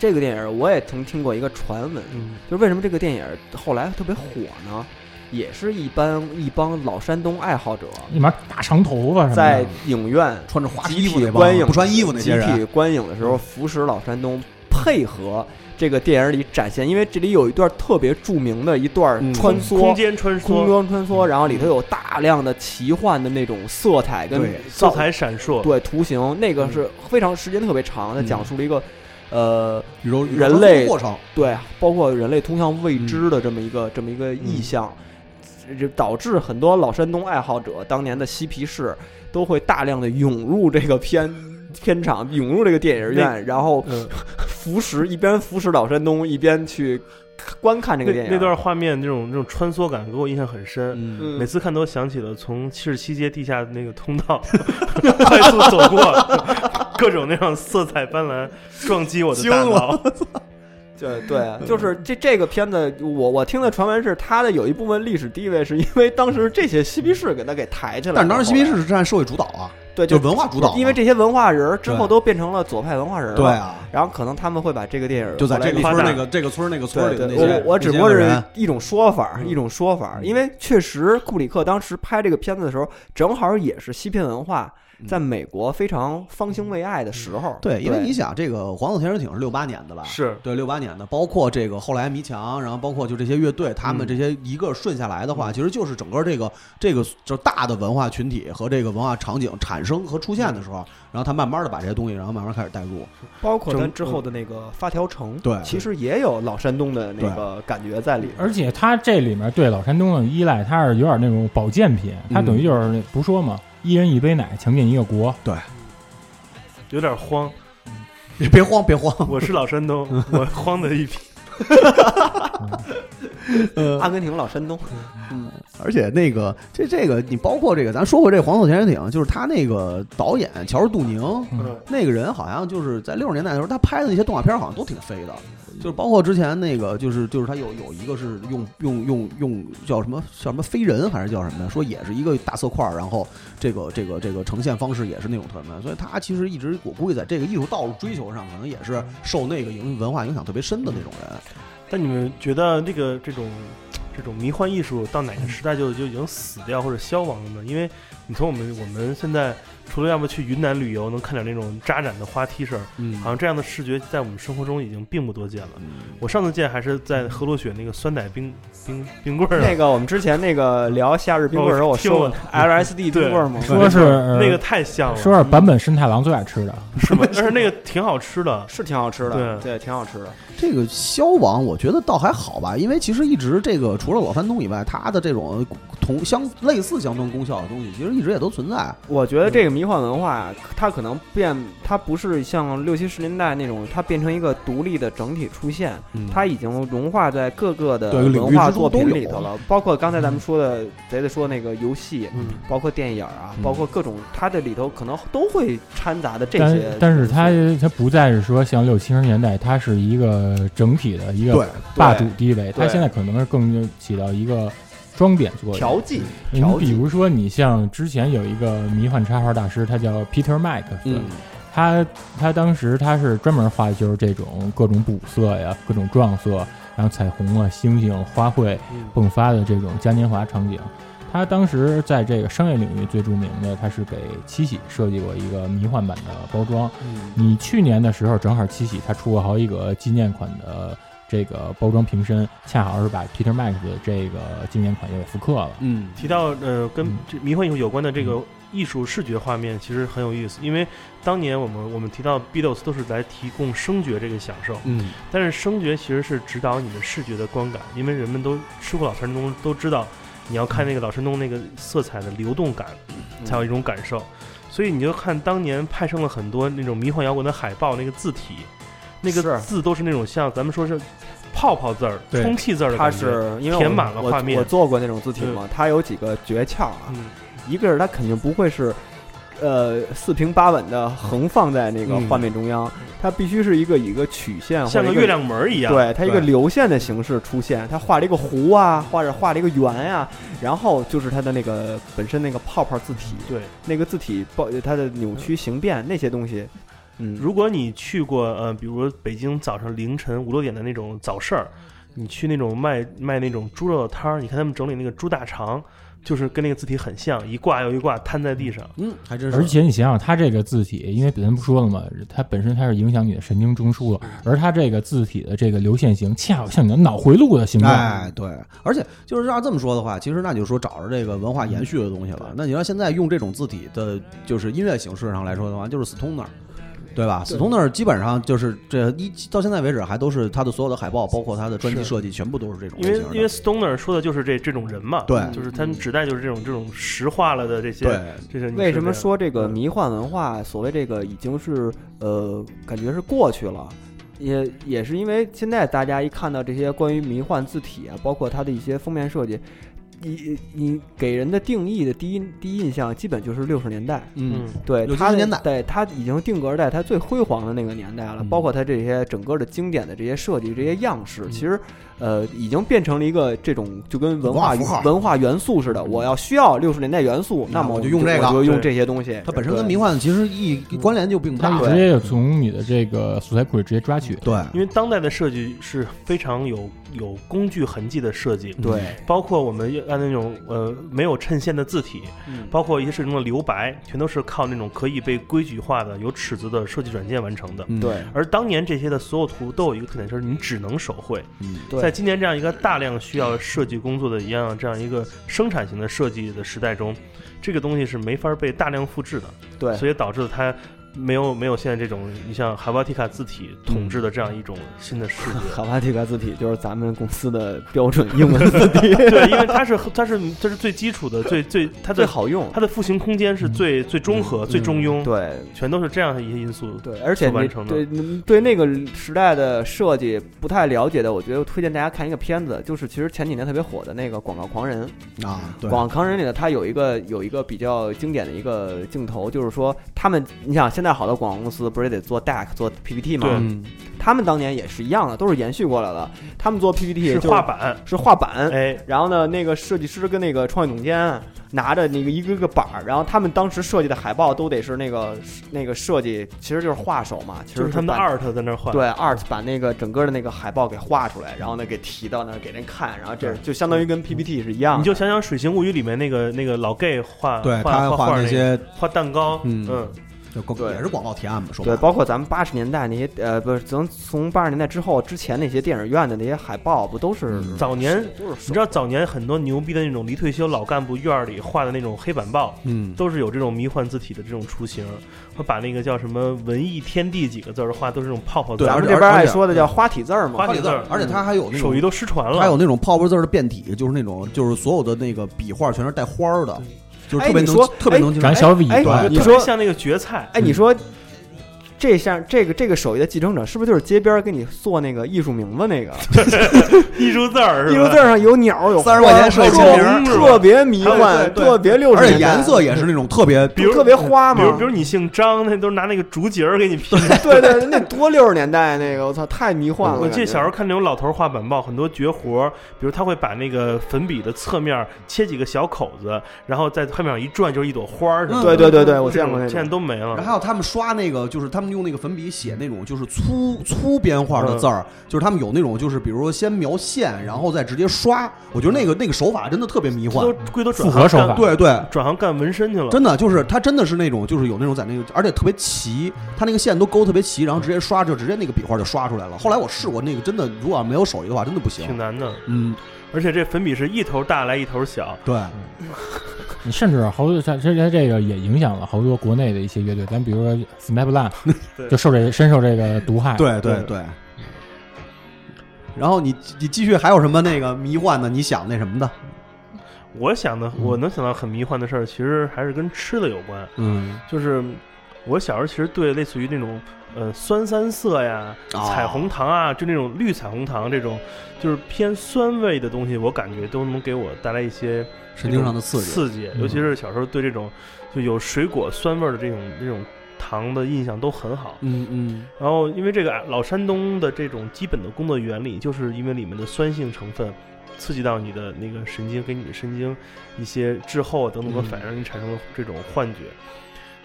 C: 这个电影我也曾听过一个传闻，
F: 嗯
C: 就是为什么这个电影后来特别火呢？也是一般一帮老山东爱好者
D: 里面大长头发什么的，
C: 在影院
E: 穿着花
C: 集
E: 衣服
C: 体
E: 那帮
C: 观影、
E: 不穿衣服那些
C: 集
E: 人，
C: 体观影的时候扶持老山东，配合这个电影里展现，因为这里有一段特别著名的一段
E: 嗯
C: 穿梭，
F: 空间穿
C: 空
F: 梭，
C: 中穿梭，然后里头有大量的奇幻的那种色彩跟
E: 对
C: 造
F: 色彩闪烁，
C: 对图形，那
F: 嗯
C: 个是非常时间特别长的，
E: 嗯
C: 讲述了一个呃
E: 宇宙宇宙
C: 人
E: 穿梭
C: 类
E: 过程，
C: 对，啊包括人类通向未
F: 嗯
C: 知的这么一个、这么一个意象，这导致很多老山东爱好者当年的嬉皮士都会大量的涌入这个片片场，涌入这个电影院，然后
F: 嗯，
C: 服食一边服食老山东，一边去观看这个电
F: 那
C: 影。
F: 那段画面那种那种穿梭感给我印象很深，
E: 嗯，
C: 嗯
F: 每次看都想起了从七十七街地下那个通道快速走过， 各种那样色彩斑斓撞击我的大脑。
C: 对对，就是这这个片子，我我听的传闻是它的有一部分历史地位是因为当时这些嬉皮士给它给抬起来了，
E: 但是当时嬉皮士是占社会主导啊，
C: 对
E: 就是文化主导嘛，
C: 因为这些文化人儿之后
E: 对
C: 都变成了左派文化人了
E: 对，啊，
C: 然后可能他们会把这个电影
E: 就在
C: 后来
E: 这个
C: 给
E: 村儿
F: 发
E: 那
F: 展
E: 个这个村儿那个村儿
C: 对
E: 里的那
C: 对，
E: 些，
C: 我我只不
E: 那些
C: 过
E: 个
C: 是
E: 人
C: 一种说法，
F: 嗯
C: 一种说法，因为确实库里克当时拍这个片子的时候，正好也是西片文化
E: 嗯
C: 在美国非常方兴未艾的时候，
E: 对，因为你想这个黄色潜水艇是六八年的吧？
F: 是
E: 对，六八年的，包括这个后来迷墙，然后包括就这些乐队，他们这些一个顺下来的话，其实就是整个这个这个就大的文化群体和这个文化场景产生和出现的时候，然后他慢慢的把这些东西，然后慢慢开始带入。
C: 包括咱
F: 整
C: 之后的那个发条城，
E: 嗯对
C: 其实也有老山东的那
E: 对
C: 个感觉在里边。
D: 而且它这里面对老山东的依赖，它是有点那种保健品，它等于就是不说嘛，一人一杯奶，强健一个国。
F: 有点慌，
E: 别别慌，别慌，
F: 我是老山东，我慌的一批。
C: 阿根廷老山东，
E: 而且那个这这个你包括这个，咱说过这黄色潜水艇，就是他那个导演乔治杜宁，
D: 嗯
E: 那个人好像就是在六十年代的时候，他拍的那些动画片好像都挺飞的，就是包括之前那个，就是就是他有有一个是用用用用叫什么叫什么飞人还是叫什么呀？说也是一个大色块儿，然后这个这个这个呈现方式也是那种特别慢，所以他其实一直我估计在这个艺术道路追求上，可能也是受那个影文化影响特别深的那种人。
F: 但你们觉得这个这种这种迷幻艺术到哪个时代就就已经死掉或者消亡了呢？因为你从我们我们现在除了要么去云南旅游能看点那种扎染的花 T 恤，
E: 嗯
F: 好像这样的视觉在我们生活中已经并不多见了。
E: 嗯
F: 我上次见还是在河洛雪那个酸奶冰冰冰棍儿
C: 那
F: 上，
C: 个我们之前那个聊夏日冰棍儿的时候，我
F: 听
C: 说
F: 我
C: 过 LSD 冰
F: 对
C: 棍儿吗？
D: 说是
F: 那个太像了，
D: 呃说是坂本慎太郎最爱吃的，
F: 是吗？但是那个挺好吃的，
C: 是挺好吃的，
F: 对
C: 对，挺好吃的。
E: 这个消亡，我觉得倒还好吧，因为其实一直这个除了老山东以外，它的这种同相类似相同功效的东西，其实一直也都存在。
C: 我觉得这个迷幻文化，它可能变，它不是像六七十年代那种，它变成一个独立的整体出现，
E: 嗯
C: 它已经融化在各个的
E: 对领域
C: 文化
E: 之中
C: 作
E: 都
C: 品
E: 有
C: 里头了，包括刚才咱们说的贼贼说那个游戏，
E: 嗯，
C: 包括电影啊，
D: 嗯
C: 包括各种它的里头可能都会掺杂的这
D: 但
C: 些。
D: 但是它
C: 嗯
D: 它不再是说像六七十年代，它是一个整体的一个
E: 对，嗯
D: 霸主地位，
C: 对
D: 它现在可能是更起到一个装点作用。嗯
C: 调剂，
D: 你
C: 调
D: 比
C: 剂，
D: 如说，你像之前有一个迷幻插画大师，他叫 Peter Mac，
E: 嗯，
D: 他他当时他是专门画的就是这种各种补色呀、各种撞色，然后彩虹啊、星星、花卉迸发的这种嘉年华场景。他当时在这个商业领域最著名的，他是给七喜设计过一个迷幻版的包装。你去年的时候，正好七喜它出过好几个纪念款的这个包装瓶身，恰好是把 Peter Max 的这个纪念款也给复刻了。
E: 嗯，
F: 提到呃跟
D: 嗯
F: 这迷幻艺术有关的这个艺术视觉画面，其实很有意思，因为当年我们我们提到 Beatles 都是来提供声觉这个享受，
E: 嗯，
F: 但是声觉其实是指导你的视觉的观感，因为人们都吃过老山东都知道，你要
D: 嗯
F: 看那个老山东那个色彩的流动感，才有一种感受。所以你就看当年派生了很多那种迷幻摇滚的海报，那个字体，那
C: 是
F: 个字都是那种像咱们说是泡泡字儿、
D: 对
F: 充气字儿的
C: 它
F: 感觉。
C: 是因为我
F: 填满了
C: 我
F: 画面
C: 我做过那种字体嘛，它有几个诀窍啊，
F: 嗯，
C: 一个是它肯定不会是，呃，四平八稳的横放在那个
E: 嗯
C: 画面中央，它必须是一个以一个曲线，
F: 像
C: 个
F: 个月，亮门儿一样。，
C: 对，它一个
E: 对
C: 流线的形式出现。它画了一个弧啊，画着画了一个圆呀、然后就是它的那个本身那个泡泡字体，
F: 对，
C: 那个字体包它的扭曲形变那些东西，嗯，
F: 如果你去过呃，比如北京早上凌晨五六点的那种早市儿，你去那种卖卖那种猪肉的摊儿，你看他们整理那个猪大肠，就是跟那个字体很像，一挂又一挂摊在地上。
E: 嗯，还真是。
D: 而且你想想，它这个字体，因为咱不说了嘛，它本身它是影响你的神经中
E: 嗯
D: 枢了，而它这个字体的这个流线型，恰好像你的脑回路的形状。
E: 哎，对，而且就是要这么说的话，其实那你就说找着这个文化延续的东西了。那你要现在用这种字体的，就是音乐形式上来说的话，就是 Stoner，对吧？Stoner 基本上就是这一到现在为止还都是他的所有的海报，包括他的专辑设计，全部都是这种
F: 因
E: 类
F: 为
E: 嗯型的。
F: 因为 Stoner 说的就是这这种人嘛，
E: 对
F: 就是他们指代就是这种这种石化了的这些，
E: 对，
F: 这是你
C: 为什么
F: 这样嗯
C: 说这个迷幻文化，所谓这个已经是呃，感觉是过去了？也也是因为现在大家一看到这些关于迷幻字体啊，包括它的一些封面设计，你你给人的定义的第一第一印象，基本就是六十年代，
E: 嗯
F: 嗯，
C: 对
E: 60
C: 它的
E: 年代
C: 对它已经定格在它最辉煌的那个年代了，
D: 嗯
C: 包括它这些整个的经典的这些设计、这些样式，
E: 嗯
C: 其实呃已经变成了一个这种就跟文化
E: 文化符号
C: 文化元素似的。我要需要六十年代元素，
E: 那
C: 那么
E: 我
C: 我
E: 就用这个
C: 我就用
F: 对
C: 这些东西。
E: 它本身跟
C: 对
E: 迷幻其实意义关联就并不
D: 它
E: 大。
D: 是直接就从你的这个素材库里直接抓取。
E: 对，
F: 因为当代的设计是非常有有工具痕迹的设计，
C: 对，
F: 包括我们按那种呃没有衬线的字体，
C: 嗯
F: 包括一些设计中的留白，全都是靠那种可以被规矩化的有尺子的设计软件完成的。
E: 嗯，
C: 对
F: 而当年这些的所有图都有一个特点，就是你只能手绘。
E: 嗯，
C: 对
F: 在今年这样一个大量需要设计工作的一样这样一个生产型的设计的时代中，这个东西是没法被大量复制的。
C: 对
F: 所以导致了它没有没有现在这种你像海瓦提卡字体统治的这样一种新的视 觉。
C: 卡巴提卡字体就是咱们公司的标准英文字 体，
F: 对，因为它是它是它是最基础的，最最它
C: 最
F: 的
C: 好 用。
F: 它的复形空间是最最中和、最中庸，
C: 嗯对
F: 全都是这样的一些因素。
C: 对，而且
F: 所完
C: 你
F: 成的
C: 对你对那个时代的设计不太了解的，我觉得我推荐大家看一个片子，就是其实前几年特别火的那个《广告狂人》。
E: 啊，对
C: 《广告狂人》里呢，它有一个有一个比较经典的一个镜头，就是说他们，你想现在好多广告公司不是也得做 deck 做 PPT 吗？
F: 对
E: 嗯
C: 他们当年也是一样的，都是延续过来的。他们做 PPT
F: 是
C: 就是嗯
F: 画板，
C: 是画板，
F: 哎，
C: 然后呢，那个设计师跟那个创意总监拿着那个一个个板儿，然后他们当时设计的海报都得是那个那个设计，其实就是画手嘛，其实
F: 就是他们的
C: 把
F: art 在那儿画。
C: 对 art 把那个整个的那个海报给画出来，然后呢给提到那儿给人看，然后这就相当于跟 PPT 是一样的。
F: 嗯你就想想《水形物语》里面那个那个老 gay 画
E: 对，
F: 画
E: 他
F: 画
E: 画
F: 画
E: 那
F: 那
E: 些
F: 画蛋糕，
E: 嗯
F: 嗯，
E: 就广
C: 对
E: 也是广告提案嘛，说白
C: 对，
E: 了
C: 包括咱们八十年代那些呃，不是从从八十年代之后之前那些电影院的那些海报，不都是
E: 嗯
F: 早年
C: 都是
F: 你知道早年很多牛逼的那种离退休老干部院儿里画的那种黑板报，
E: 嗯，
F: 都是有这种迷幻字体的这种雏形，会把那个叫什么“文艺天地”几个字儿画都是这种泡泡字
E: 对
C: 咱
F: 儿，
C: 们
E: 而且
C: 这边
E: 而
C: 爱
E: 且
C: 说的叫花体字儿嘛
F: 花
E: 而
F: 体
E: 且
F: 字
E: 它
F: 儿
E: 而且它还有那
F: 手啊
E: 种
F: 艺都失传了。
E: 还有那种泡泡字儿的变体，就是那种就是所有的那个笔画全是带花儿的，就是特
C: 哎
E: 别
C: 你
E: 能
C: 说
E: 特别能
C: 哎
E: 接受
D: 咱。小比
C: 哎
E: 对
C: 你
F: 特
C: 说
F: 别像那个决赛，
C: 哎，你说这项这个这个手艺的继承者，是不是就是街边儿给你做那个艺术名字那个？
F: 艺术字儿
C: 艺
F: 是
C: 术字
F: 吧？
C: 儿上有鸟儿，有
E: 30块钱设计签名儿
C: 特别迷
F: 还有
C: 幻，
F: 对对
C: 特别六十
E: 而且
C: 年代，
E: 颜色也是那种特别，
F: 比如
C: 特别花
F: 比
C: 嘛
F: 如，比如你姓张，那都是拿那个竹节儿给你拼。
C: 对对，对那多六十年代那个，我操，太迷幻了。
F: 我
C: 感觉
F: 记得小时候看那种老头儿画板报，很多绝活儿，比如他会把那个粉笔的侧面切几个小口子，然后在画面上一转就是一朵花儿什么的。
C: 嗯对对对对，我见过那
F: 现在
C: 种。
F: 都没
E: 然后
F: 了。
E: 还有他们刷那个，就是他们用那个粉笔写那种就是粗粗边画
F: 嗯
E: 的字儿，就是他们有那种就是比如说先描线，然后再直接刷。我觉得那个那个手法真的特别迷幻
F: 都，归都转
D: 复合
F: 行
D: 手
F: 干
D: 法
E: 对对。
F: 转行干纹身去了。
E: 真的就是他真的是那种，就是有那种在那个，而且特别齐，他那个线都勾特别齐，然后直接刷就直接那个笔画就刷出来了。后来我试过那个，真的如果要没有手艺的话，真的不
F: 挺
E: 行。
F: 难的，
E: 嗯，
F: 而且这粉笔是一头大来一头小，
E: 对，
D: 你甚至好多像这这这个也影响了好多国内的一些乐队，咱比如说 Snap l a
F: 对
D: n 就受这深受这个毒害。，
E: 对对对。然后你你继续还有什么那个迷幻的？你想那什么的？
F: 我想的，
D: 嗯
F: 我能想到很迷幻的事儿，其实还是跟吃的有关。
E: 嗯，
F: 就是我小时候其实对类似于那种呃酸三色呀、
E: 哦
F: 彩虹糖啊，就那种绿彩虹糖这种，就是偏酸味的东西，我感觉都能给我带来一些
E: 神经上的刺激。嗯
F: 刺激，尤其是小时候对这种就有水果酸味儿的这种这种糖的印象都很好。
E: 嗯嗯，
F: 然后，因为这个老山东的这种基本的工作原理，就是因为里面的酸性成分刺激到你的那个神经，给你的神经一些滞后啊等
E: 嗯
F: 等的反应，让你产生了这种幻觉。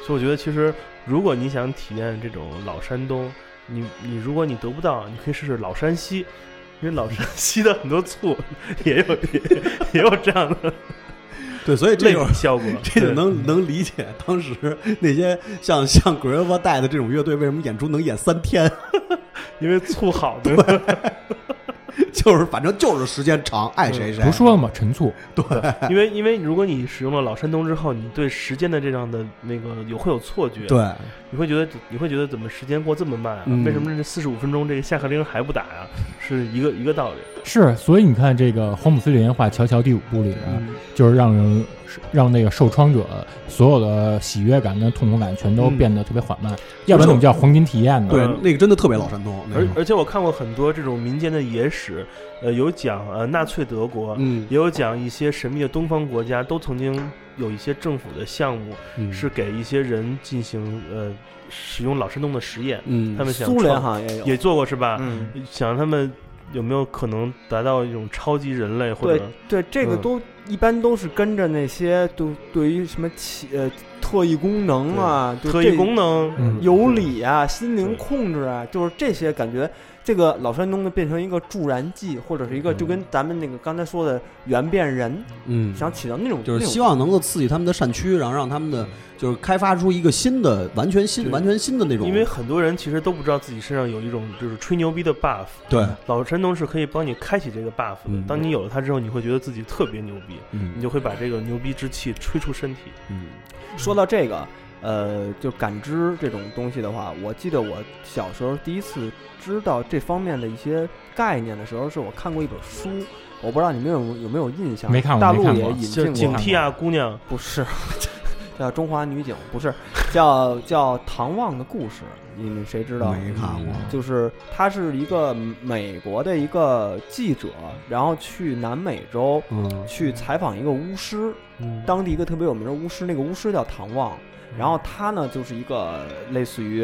F: 所以我觉得，其实如果你想体验这种老山东，你你如果你得不到，你可以试试老山西，因为老山西的很多醋也有 也也有这样的
E: 对，所以这
F: 类
E: 种
F: 比效果。
E: 这就
F: 对
E: 能能理解当时那些像像 g r a v 带的这种乐队为什么演出能演三天，
F: 因为醋好的
E: 就是反正就是时间长，爱谁谁。
D: 不说了吗？陈醋，
E: 哎
F: 因为因为如果你使用了老山东之后，你对时间的这样的那个有会有错觉，
E: 对，
F: 你会觉得你会觉得怎么时间过这么慢啊？
E: 嗯
F: 为什么这四十五分钟这个下课铃还不打呀、 是一个一个道理。啊
D: 是，所以你看这个《霍姆斯连话《乔乔》第五部里啊面，
E: 嗯
D: 就是让人让那个受创者所有的喜悦感跟痛苦感全都
F: 嗯
D: 变得特别缓慢，要不然怎么叫黄金体验呢？
E: 对
F: 嗯，
E: 那个真的特别老山东。那
F: 而
E: 个
F: 而且我看过很多这种民间的野史，呃，有讲呃纳粹德国，
E: 嗯
F: 也有讲一些神秘的东方国家，都曾经有一些政府的项目
E: 嗯
F: 是给一些人进行呃使用老山东的实验，
E: 嗯
F: 他们想
C: 苏联
F: 创
C: 好像也有，
F: 也做过是吧？
C: 嗯，
F: 想让他们有没有可能达到一种超级人类或
C: 对
F: 者
C: 对，这个
F: 嗯
C: 都一般都是跟着那些对对于什么起呃特异功能啊，就
F: 特
C: 这
F: 异功能？
D: 嗯
C: 有理啊，心灵
F: 对
C: 控制啊，就是这些感觉。这个老山东的变成一个助燃剂，或者是一个就跟咱们那个刚才说的原变人，
E: 嗯，
C: 想起到那种
E: 就是
C: 那种
E: 希望能够刺激他们的善区，然后让他们的就是开发出一个新的、完全新、
F: 嗯对
E: 完全新的那种。
F: 因为很多人其实都不知道自己身上有一种就是吹牛逼的 buff，
E: 对，
F: 老山东是可以帮你开启这个 buff 的
E: 嗯。
F: 当你有了它之后，你会觉得自己特别牛逼，你
E: 嗯
F: 就会把这个牛逼之气吹出身体。
E: 嗯
C: 说到这个，呃，就感知这种东西的话，我记得我小时候第一次知道这方面的一些概念的时候，是我看过一本书，我不知道你们有有没有印象？
D: 没看过
C: 大陆
D: 没看
C: 也
D: 过
C: 引
F: 就是
C: 进
F: 警
C: 过，
F: 惕啊，姑娘！
C: 不是 叫《中华女警》，不是叫叫《唐望的故事》，你们谁知道？
E: 没看过。
F: 嗯
C: 就是他是一个美国的一个记者，然后去南美洲
E: 嗯
C: 去采访一个巫师，
F: 嗯
C: 当地一个特别有名的巫师，那个巫师叫唐望，然后他呢就是一个类似于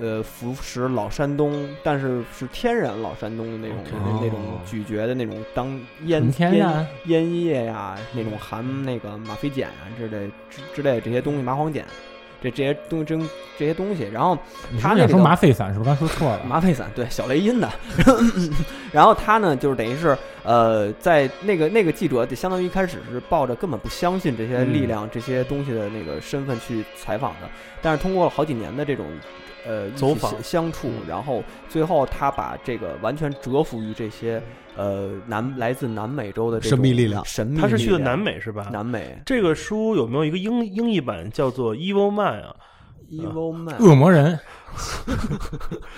C: 呃服食老山东，但是是天然老山东的那种
F: OK
C: 那那种
E: 哦
C: 咀嚼的那种当
D: 你
C: 烟
D: 天
C: 烟
D: 然
C: 烟叶呀、那种含那个吗啡碱啊之类之之类的这些东西，麻黄碱，这这些东这这些东西，然后
D: 你是
C: 他
D: 不
C: 那
D: 是想
C: 个
D: 说麻沸散是不是刚说错了？
C: 麻沸散，对，小雷音的。 然后他呢，就是等于是呃，在那个那个记者，得相当于一开始是抱着根本不相信这些力
E: 嗯
C: 量、这些东西的那个身份去采访的，但是通过了好几年的这种。呃，一起
F: 走访
C: 相相处，
E: 嗯
C: 然后最后他把这个完全折服于这些呃南来自南美洲的这种
E: 神秘力量啊
C: 神秘
F: 他是去的
C: 力量
F: 南美是啊吧？
C: 南美
F: 这个书有没有一个英英译版叫做《Evil Man》啊？
C: Evil Man，
D: 恶魔人，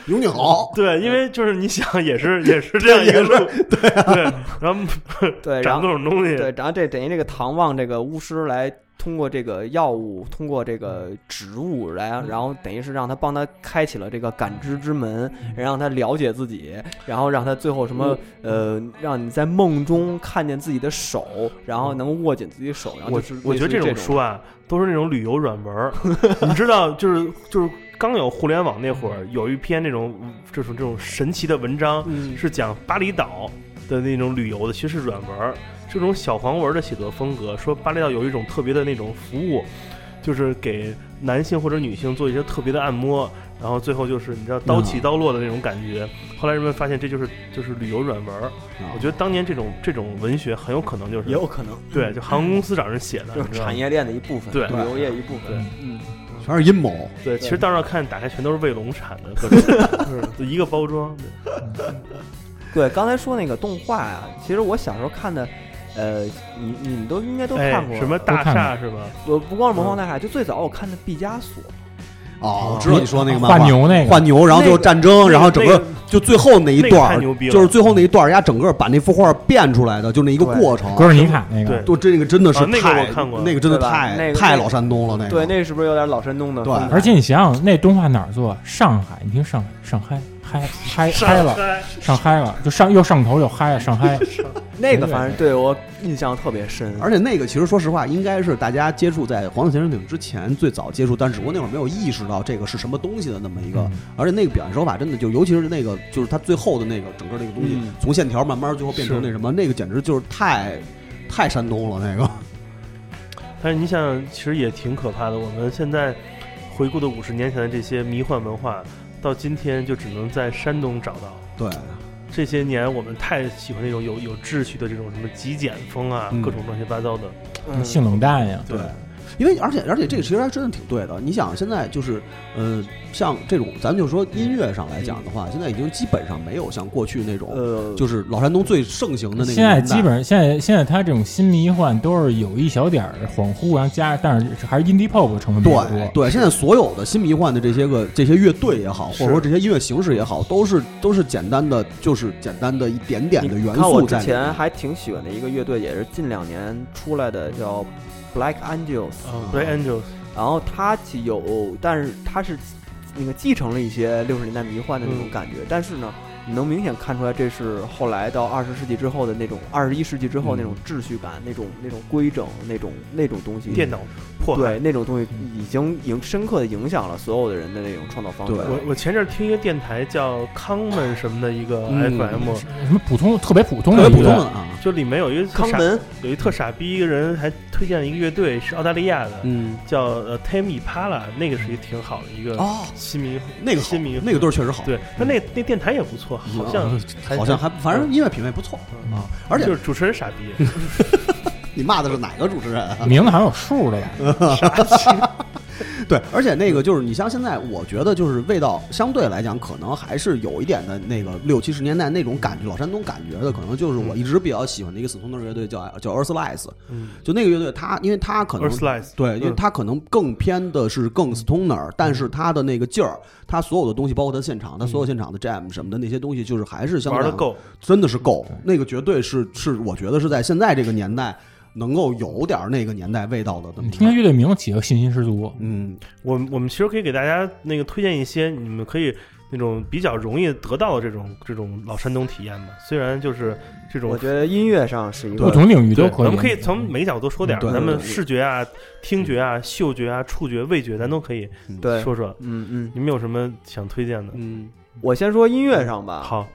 E: 永井豪，
F: 对，因为就是你想，也是也是这样一个路，对对，然后哎
C: 对，然
F: 长
C: 后
F: 各种东西，
C: 对，然后这等于这个唐望这个巫师来通过这个药物，通过这个
F: 嗯
C: 植物来，然后等于是让他帮他开启了这个感知之门，
F: 嗯
C: 让他了解自己，然后让他最后什么呃，
F: 嗯
C: 让你在梦中看见自己的手，然后能握紧自己的手，然后
F: 嗯我
C: 啊就是
F: 我觉得
C: 类似于这
F: 种书啊，都是那种旅游软 文儿。你知道，就是就是刚有互联网那会儿，有一篇那种这种这种神奇的文章，
C: 嗯
F: 是讲巴厘岛的那种旅游的，其实是软文儿，这种小黄文儿的写作风格。说巴厘岛有一种特别的那种服务，就是给男性或者女性做一些特别的按摩，然后最后就是你知道刀
C: 嗯
F: 起刀落的那种感觉。后来人们发现这就是就是旅游软文儿。
E: 啊
F: 我觉得当年这种这种文学很有可能就是
C: 也有可能
F: 对，就航空公司找人写的，
C: 嗯就是
F: 你知道吗
C: 产业链的一部分，
F: 嗯对
C: 旅游业一部分，嗯，
E: 全是阴谋。
F: 对，其实到那儿看，打开全都是卫龙产的，各 种就一个包装。对
C: 对，刚才说那个动画啊，其实我小时候看的，呃，你你们都应该都看过
F: 哎，什么大
D: 看
F: 厦是吧？
C: 我不光是魔方大厦，就最早我看的毕加索，
E: 哦，我知道你说那个漫
D: 画
E: 画，
D: 牛那个
E: 画牛，然后最后战
C: 嗯
E: 争，然后整
F: 那
E: 个就最后那一段
F: 那个太
E: 儿
F: 牛逼，了
E: 就是最后那一段儿，人家整个把那幅画变出来的，就那一个
C: 对
E: 过程。
D: 格尔尼卡那个
F: 对，
E: 都这个真的是
F: 啊那个
E: 太
F: 我看过
E: 那个真的
C: 对吧那
E: 太
C: 个
E: 太老山东了，那
C: 对，
E: 个
C: 那是不是有点老山东的
E: 对
C: 风格？
D: 而且你想想，那动画哪儿做？上海，你听上海，上嗨嗨嗨嗨了，
F: 了，
D: 上嗨了，就上又上头又嗨了，上嗨。
C: 那个反正对我印象特别深，
E: 而且那个其实说实话，应该是大家接触在《黄色潜水艇》之前最早接触，但只不过那会儿没有意识到这个是什么东西的那么一个。
D: 嗯
E: 而且那个表现手法真的就，尤其是那个就是它最后的那个整个那个东西，
C: 嗯
E: 从线条慢慢最后变成
F: 是
E: 那什么，那个简直就是太太山东了那个。
F: 但是你想想，其实也挺可怕的。我们现在回顾的五十年前的这些迷幻文化，到今天就只能在山东找到。
E: 对，
F: 这些年我们太喜欢那种有有秩序的这种什么极简风啊，
E: 嗯
F: 各种乱七八糟的。
C: 嗯
D: 性冷淡呀，
E: 对，因为而且而且这个其实还真的挺对的。你想现在就是，呃，像这种咱们就说音乐上来讲
D: 嗯
E: 的话，现在已经基本上没有像过去那种，
C: 呃，
E: 就是老山东最盛行的那个年代。
D: 现在基本上，现在现在他这种新迷幻都是有一小点儿恍惚，然后加，但是还是 indie pop 成分比较
E: 对
D: 多。
E: 对，现在所有的新迷幻的这些个这些乐队也好，或者说这些音乐形式也好，都是都是简单的，就是简单的一点点的
C: 你
E: 元
C: 看我
E: 素
C: 之
E: 在里面。
C: 前还挺喜欢的一个乐队，也是近两年出来的，叫 Black Angels，
E: 嗯
F: 啊 b l a c Angels，
C: 然后它其有，但是它是那个继承了一些六十年代迷幻的那种
F: 嗯
C: 感觉，但是呢，你能明显看出来，这是后来到二十世纪之后的那种，二十一世纪之后那种
E: 嗯
C: 秩序感、那种那种规整、那种那种东西，
F: 电脑破坏。
C: 对那种东西已经影深刻的影响了所有的人的那种创造方式。
E: 对
F: 我我前阵儿听一个电台叫康门什么的一个
E: 嗯
F: FM，、
D: 什么普通特别普通
E: 特
D: 的
E: 别
D: 一个，
E: 普通的啊，
F: 就里面有一个特
C: 康
F: 傻
C: 门，
F: 有一特傻逼一个人还推荐了一个乐队，是澳大利亚的，
E: 嗯，
F: 叫呃 Tammy Pala，那个是一个挺好的一个
E: 哦，
F: 新迷、
E: 那个好
F: 新迷
E: 那个都是确实好，
F: 对，那那那电台也不错，
E: 嗯，
F: 好像、
E: 好像还反正音乐品味不错啊。而
F: 就
E: 且
F: 是主持人傻逼，
E: 你骂的是哪个主持人啊？
D: 名字好像有数的吧？
E: 嗯对，而且那个就是你像现在，我觉得就是味道相对来讲，可能还是有一点的那个六七十年代那种感觉，老山东感觉的，可能就是我一直比较喜欢的一个死同的乐队叫叫 Earthlies，
F: 嗯，
E: 就那个乐队它，因为它可能
F: Earthlies，
E: 对，因为
F: 嗯
E: 它可能更偏的是更 stoner，但是它的那个劲儿，它所有的东西，包括它现场，它所有现场的 jam 什么的那些东西，就是还是相对
F: 嗯玩的
E: 来
F: 够，
E: 真的是够，那个绝对是是，我觉得是在现在这个年代能够有点儿那个年代味道的这么
D: 你
E: 一
D: 听听
E: 个。
D: 乐队名，起个信心十足。
E: 嗯，
F: 我们我们其实可以给大家那个推荐一些你们可以那种比较容易得到的这种这种老山东体验吧，虽然就是这种
C: 我觉得音乐上是一
D: 不
C: 个
D: 同领域都
F: 对，
D: 可以。
F: 咱们可以从每个角度都说点
E: 嗯
F: 儿，
E: 对
F: 咱们
E: 对对
F: 视觉啊、听觉啊、嗅觉啊、触觉、味觉，咱都可以
C: 对，
F: 说说。
C: 嗯嗯
F: 你们有什么想推荐的？
C: 嗯，我先说音乐上吧。
F: 嗯好，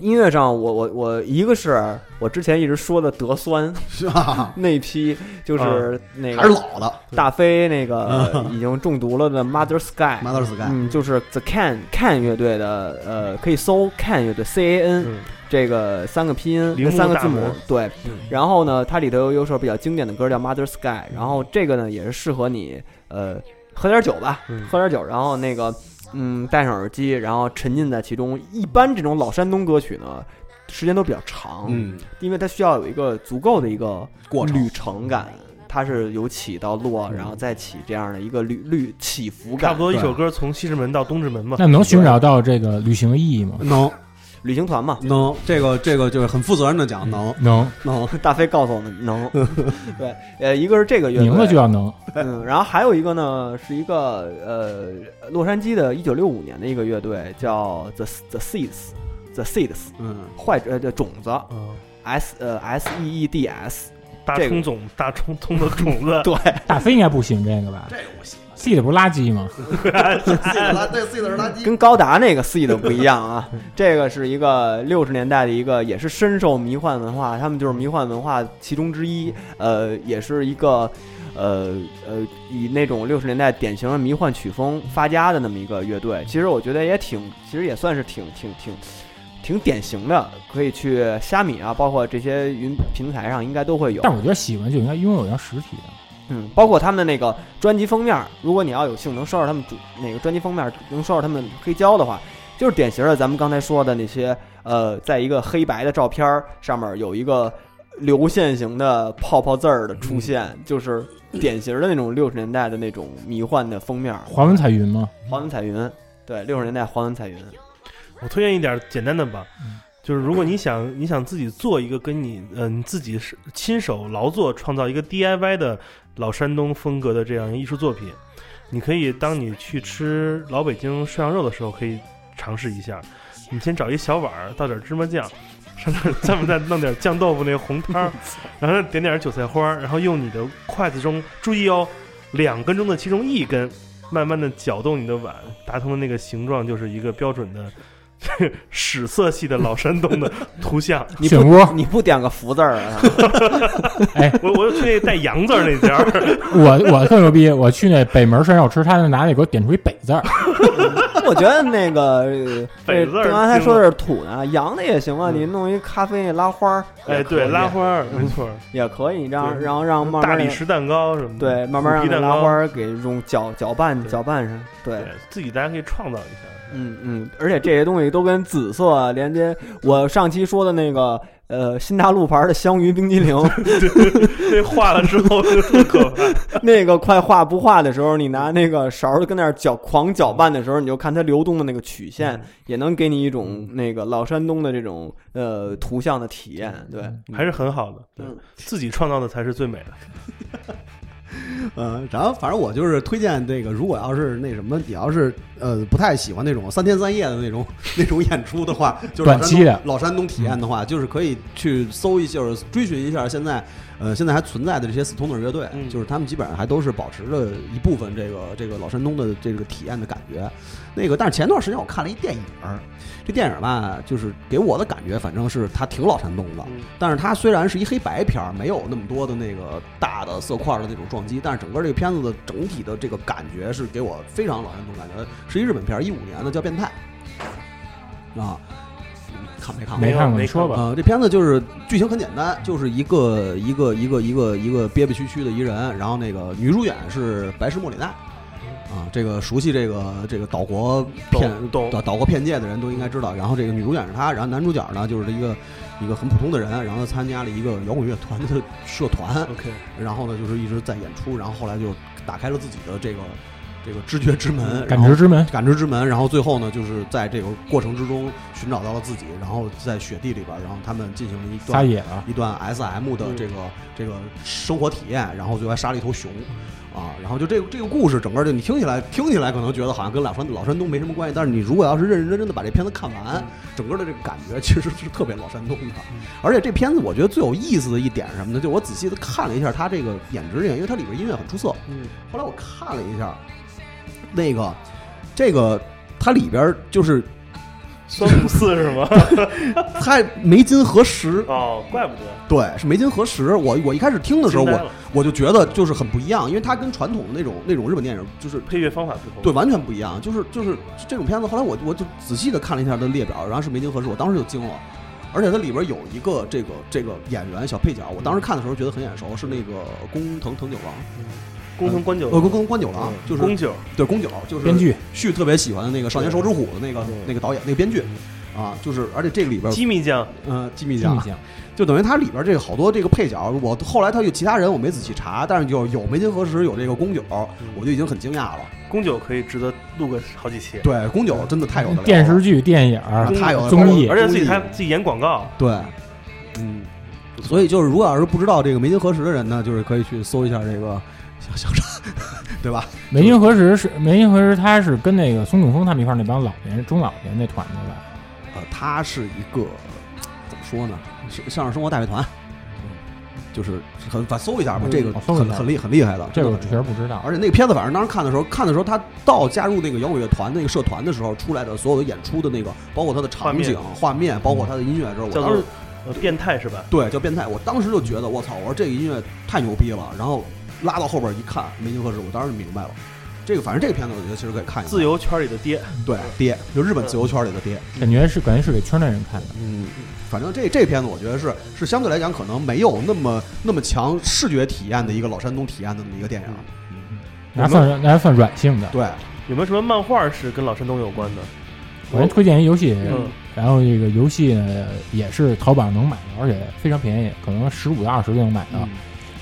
C: 音乐上我，我我一个是我之前一直说的德酸
E: 是 吧？
C: 那批，就是那
E: 嗯还是
C: 个
E: 老的
C: 大飞那个已经中毒了的 Mother Sky，
E: Mother Sky。
C: 嗯，就是 The Can Can 乐队的，呃，可以搜 Can 乐队 C A N
F: 嗯，
C: 这个三个拼音
F: 铃
C: 跟
F: 木
C: 三个
F: 大
C: 字母
F: 门，
C: 对
F: 嗯。
C: 然后呢，它里头有一首比较经典的歌叫 Mother Sky，然后这个呢也是适合你，呃，喝点酒吧，
F: 嗯
C: 喝点酒，然后那个，嗯，戴上耳机，然后沉浸在其中。一般这种老山东歌曲呢，时间都比较长，
E: 嗯，
C: 因为它需要有一个足够的一个
E: 过程
C: 旅程感，它是由起到落，
F: 嗯
C: 然后再起这样的一个律律起伏
F: 差
C: 感
F: 不。多一
E: 对
F: 首歌从西直门到东直门吧。
D: 那能寻找到这个旅行的意义吗？
E: 能
C: 旅行团嘛，
E: 能这个这个就是很负责任的
F: 嗯
E: 讲，能
D: 能
E: 能，
C: 大飞告诉我们能，对，呃，一个是这个乐队，
D: 名字就要能，
C: 嗯，然后还有一个呢，是一个呃，洛杉矶的1965年的一个乐队，叫 The The Seeds The Seeds
E: 嗯，
C: 坏呃的种子
F: 嗯，
C: S 呃 S E E D S
F: 大
C: 这个，
F: 葱总大葱葱的种子
C: 对，
D: 大飞应该不信这个吧？
E: 这个我信。
D: 系的不是垃圾吗？
E: 这个 C 的是垃圾。
C: 跟高达那个 C 的不一样啊， 这个是一个六十年代的一个，也是深受迷幻文化，他们就是迷幻文化其中之一，呃，也是一个。呃呃，以那种六十年代典型的迷幻曲风发家的那么一个乐队，其实我觉得也挺，其实也算是挺挺挺挺典型的，可以去虾米啊，包括这些云平台上应该都会有。
D: 但我觉得喜欢就应该拥有一张实体的，
C: 嗯，包括他们那个专辑封面儿，如果你要有幸能收到他们主哪个专辑封面儿能收到他们黑胶的话，就是典型的咱们刚才说的那些呃，在一个黑白的照片儿上面有一个流线型的泡泡字儿的出现，
F: 嗯
C: 就是典型的那种六十年代的那种迷幻的封面儿，
D: 华文彩云吗？
C: 黄文彩云。对，六十年代黄文彩云，
F: 我推荐一点简单的吧
D: 嗯，
F: 就是如果你想你想自己做一个跟你呃你自己是亲手劳作创造一个 DIY 的老山东风格的这样一个艺术作品，你可以当你去吃老北京涮羊肉的时候，可以尝试一下。你先找一小碗儿，倒点芝麻酱，上点儿 上面再弄点酱豆腐那个红汤儿，然后再点点韭菜花儿，然后用你的筷子中，注意哦，两根中的其中一根，慢慢的搅动你的碗，达成的那个形状就是一个标准的 屎色系的老山东的图像。
C: 你
D: 漩
C: 不
D: 涡
C: 你不点个福字儿啊？
F: 我我就去那带羊字儿那家 儿，
D: 哎我我更牛逼，我去那北门涮肉吃，他那拿那给我点出一北字儿，
C: 我觉得那 个呃
F: 北字儿嗯
C: 刚才说的是土呢，洋的也行啊，你弄一咖啡拉花儿也
F: 哎，
C: 可
F: 对，
C: 以
F: 拉花儿，没错儿，
C: 也可以，让
F: 对
C: 然后让慢慢
F: 大
C: 地
F: 理石蛋糕什么的，
C: 对慢慢让
F: 虎皮
C: 那
F: 蛋
C: 拉
F: 糕
C: 花儿给融搅搅拌
F: 对
C: 搅拌上，对
F: 对，，自己大家可以创造一下。
C: 嗯嗯，而且这些东西都跟紫色啊连接。我上期说的那个呃新大陆牌的香芋冰激凌，
F: 那化了之后 就特可怕。
C: 那个快化不化的时候，你拿那个勺儿跟那儿搅狂搅拌的时候，你就看它流动的那个曲
F: 嗯
C: 线，也能给你一种那个老山东的这种呃图像的体验，对。
F: 还是很好的，对
C: 嗯
F: 自己创造的才是最美的。
E: 嗯，然后反正我就是推荐这个，如果要是那什么，你要是呃不太喜欢那种三天三夜的那种那种演出的话，就是老山
D: 短期的
E: 东老山东体验的话，就是可以去搜一下，就是追寻一下现在呃现在还存在的这些四通腿乐队，
F: 嗯
E: 就是他们基本上还都是保持着一部分这个这个老山东的这个体验的感觉。那个，但是前段时间我看了一电影儿，这电影儿吧，就是给我的感觉，反正是它挺老山东的，
F: 嗯
E: 但是它虽然是一黑白片儿，没有那么多的那个大的色块儿的那种撞击，但是整个这个片子的整体的这个感觉是给我非常老山东感觉，是一日本片儿，一五年的叫《变态》啊，你看没看过？
D: 没看过，
F: 没
D: 你说吧。
E: 呃，这片子就是剧情很简单，就是一个一个一个一个一个憋憋屈屈的一人，然后那个女主演是白石莫里奈。啊，这个熟悉这个这个岛国片
F: 懂懂
E: 岛岛国片界的人都应该知道。然后这个女主演是她，然后男主角呢就是一个一个很普通的人，然后他参加了一个摇滚乐团的社团，
F: OK，
E: 然后呢就是一直在演出，然后后来就打开了自己的这个这个知觉之门，
D: 嗯
E: 然
D: 感
E: 后
D: 知之门，
E: 感知之门，然后最后呢，就是在这个过程之中寻找到了自己，然后在雪地里边，然后他们进行了一
D: 撒
E: 段
D: 野了，
E: 一段 S M 的这个、这个生活体验，然后最后还杀了一头熊，啊，然后就这个这个故事整个就你听起来听起来可能觉得好像跟老山老山东没什么关系，但是你如果要是认认真真的把这片子看完，整个的这个感觉其实是特别老山东的。而且这片子我觉得最有意思的一点是什么呢？就我仔细的看了一下它这个演职人员，因为它里边音乐很出色，
F: 嗯，
E: 后来我看了一下，那个这个它里边儿就是
F: 酸五四是 吗？
E: 它没金和石，
F: 哦，怪不得
E: 对，是没金和石。我我一开始听的时候，
F: 惊呆
E: 我
F: 了
E: 我就觉得就是很不一样，因为它跟传统的那种那种日本电影就是
F: 配乐方法不同。
E: 对，完全不一样，就是就是这种片子。后来我我就仔细的看了一下它的列表，然后是梅津和世，我当时就惊了。而且它里边有一个这个这个演员小配角，我当时看的时候觉得很眼熟，是那个工藤藤九郎，
F: 工藤官九，嗯
E: 呃，工藤关九郎，就是
F: 宫九，
E: 对宫九，就是
D: 嗯编剧嗯
E: 旭特别喜欢的那个《少年手指虎》的那个那个导演那个编剧。啊，就是而且这个里边，
F: 机密酱
E: 呃，机密
D: 这么
E: 奖，
D: 讲，
E: 就等于它里边这个好多这个配角，我后来他有其他人我没仔细查，但是有有梅津和实，有这个宫九，
D: 嗯
E: 我就已经很惊讶了。
F: 宫酒可以值得录个好几期，
E: 对，宫九真的太有的了
D: 电视剧、电影儿、
E: 太有的了
D: 综艺
F: 而且自己还自己演广告，
E: 对，嗯，所以就是如果要是不知道这个梅津和实的人呢，就是可以去搜一下这个小小张， 对吧？
D: 梅津和实是梅津和实，他是跟那个松永峰他们一块儿那帮老年中老年那团子吧，
E: 呃，他是一个怎么说呢？是相声生活大乐团，就是很反搜一下吧，
D: 嗯
E: 这个
D: 我搜一下
E: 很很厉很厉害的，
D: 这个我
E: 真的
D: 确实不知道。
E: 而且那个片子，反正当时看的时候，看的时候他到加入那个摇滚乐团那个社团的时候，出来的所有的演出的那个，包括他的场景、画面，嗯包括他的音乐的时候，我
F: 叫
E: 当
F: 做
E: 时
F: 呃变态是吧？
E: 对叫变态，我当时就觉得我操，我说这个音乐太牛逼了。然后拉到后边一看，梅津和实，我当时就明白了。这个反正这个片子，我觉得其实可以看一看。
F: 自由圈里的爹，
E: 对爹，就日本自由圈里的爹。
D: 感觉是感觉是给圈内人看的，
E: 嗯，反正这这片子我觉得是是相对来讲可能没有那么那么强视觉体验的一个老山东体验的那么一个电影。
D: 那还算那还算软性的。
E: 对，啊
F: 有没有什么漫画是跟老山东有关的？
D: 我先推荐一游戏，
F: 嗯
D: 然后这个游戏呢也是淘宝上能买的，而且非常便宜，可能十五到二十就能买
E: 嗯
D: 到。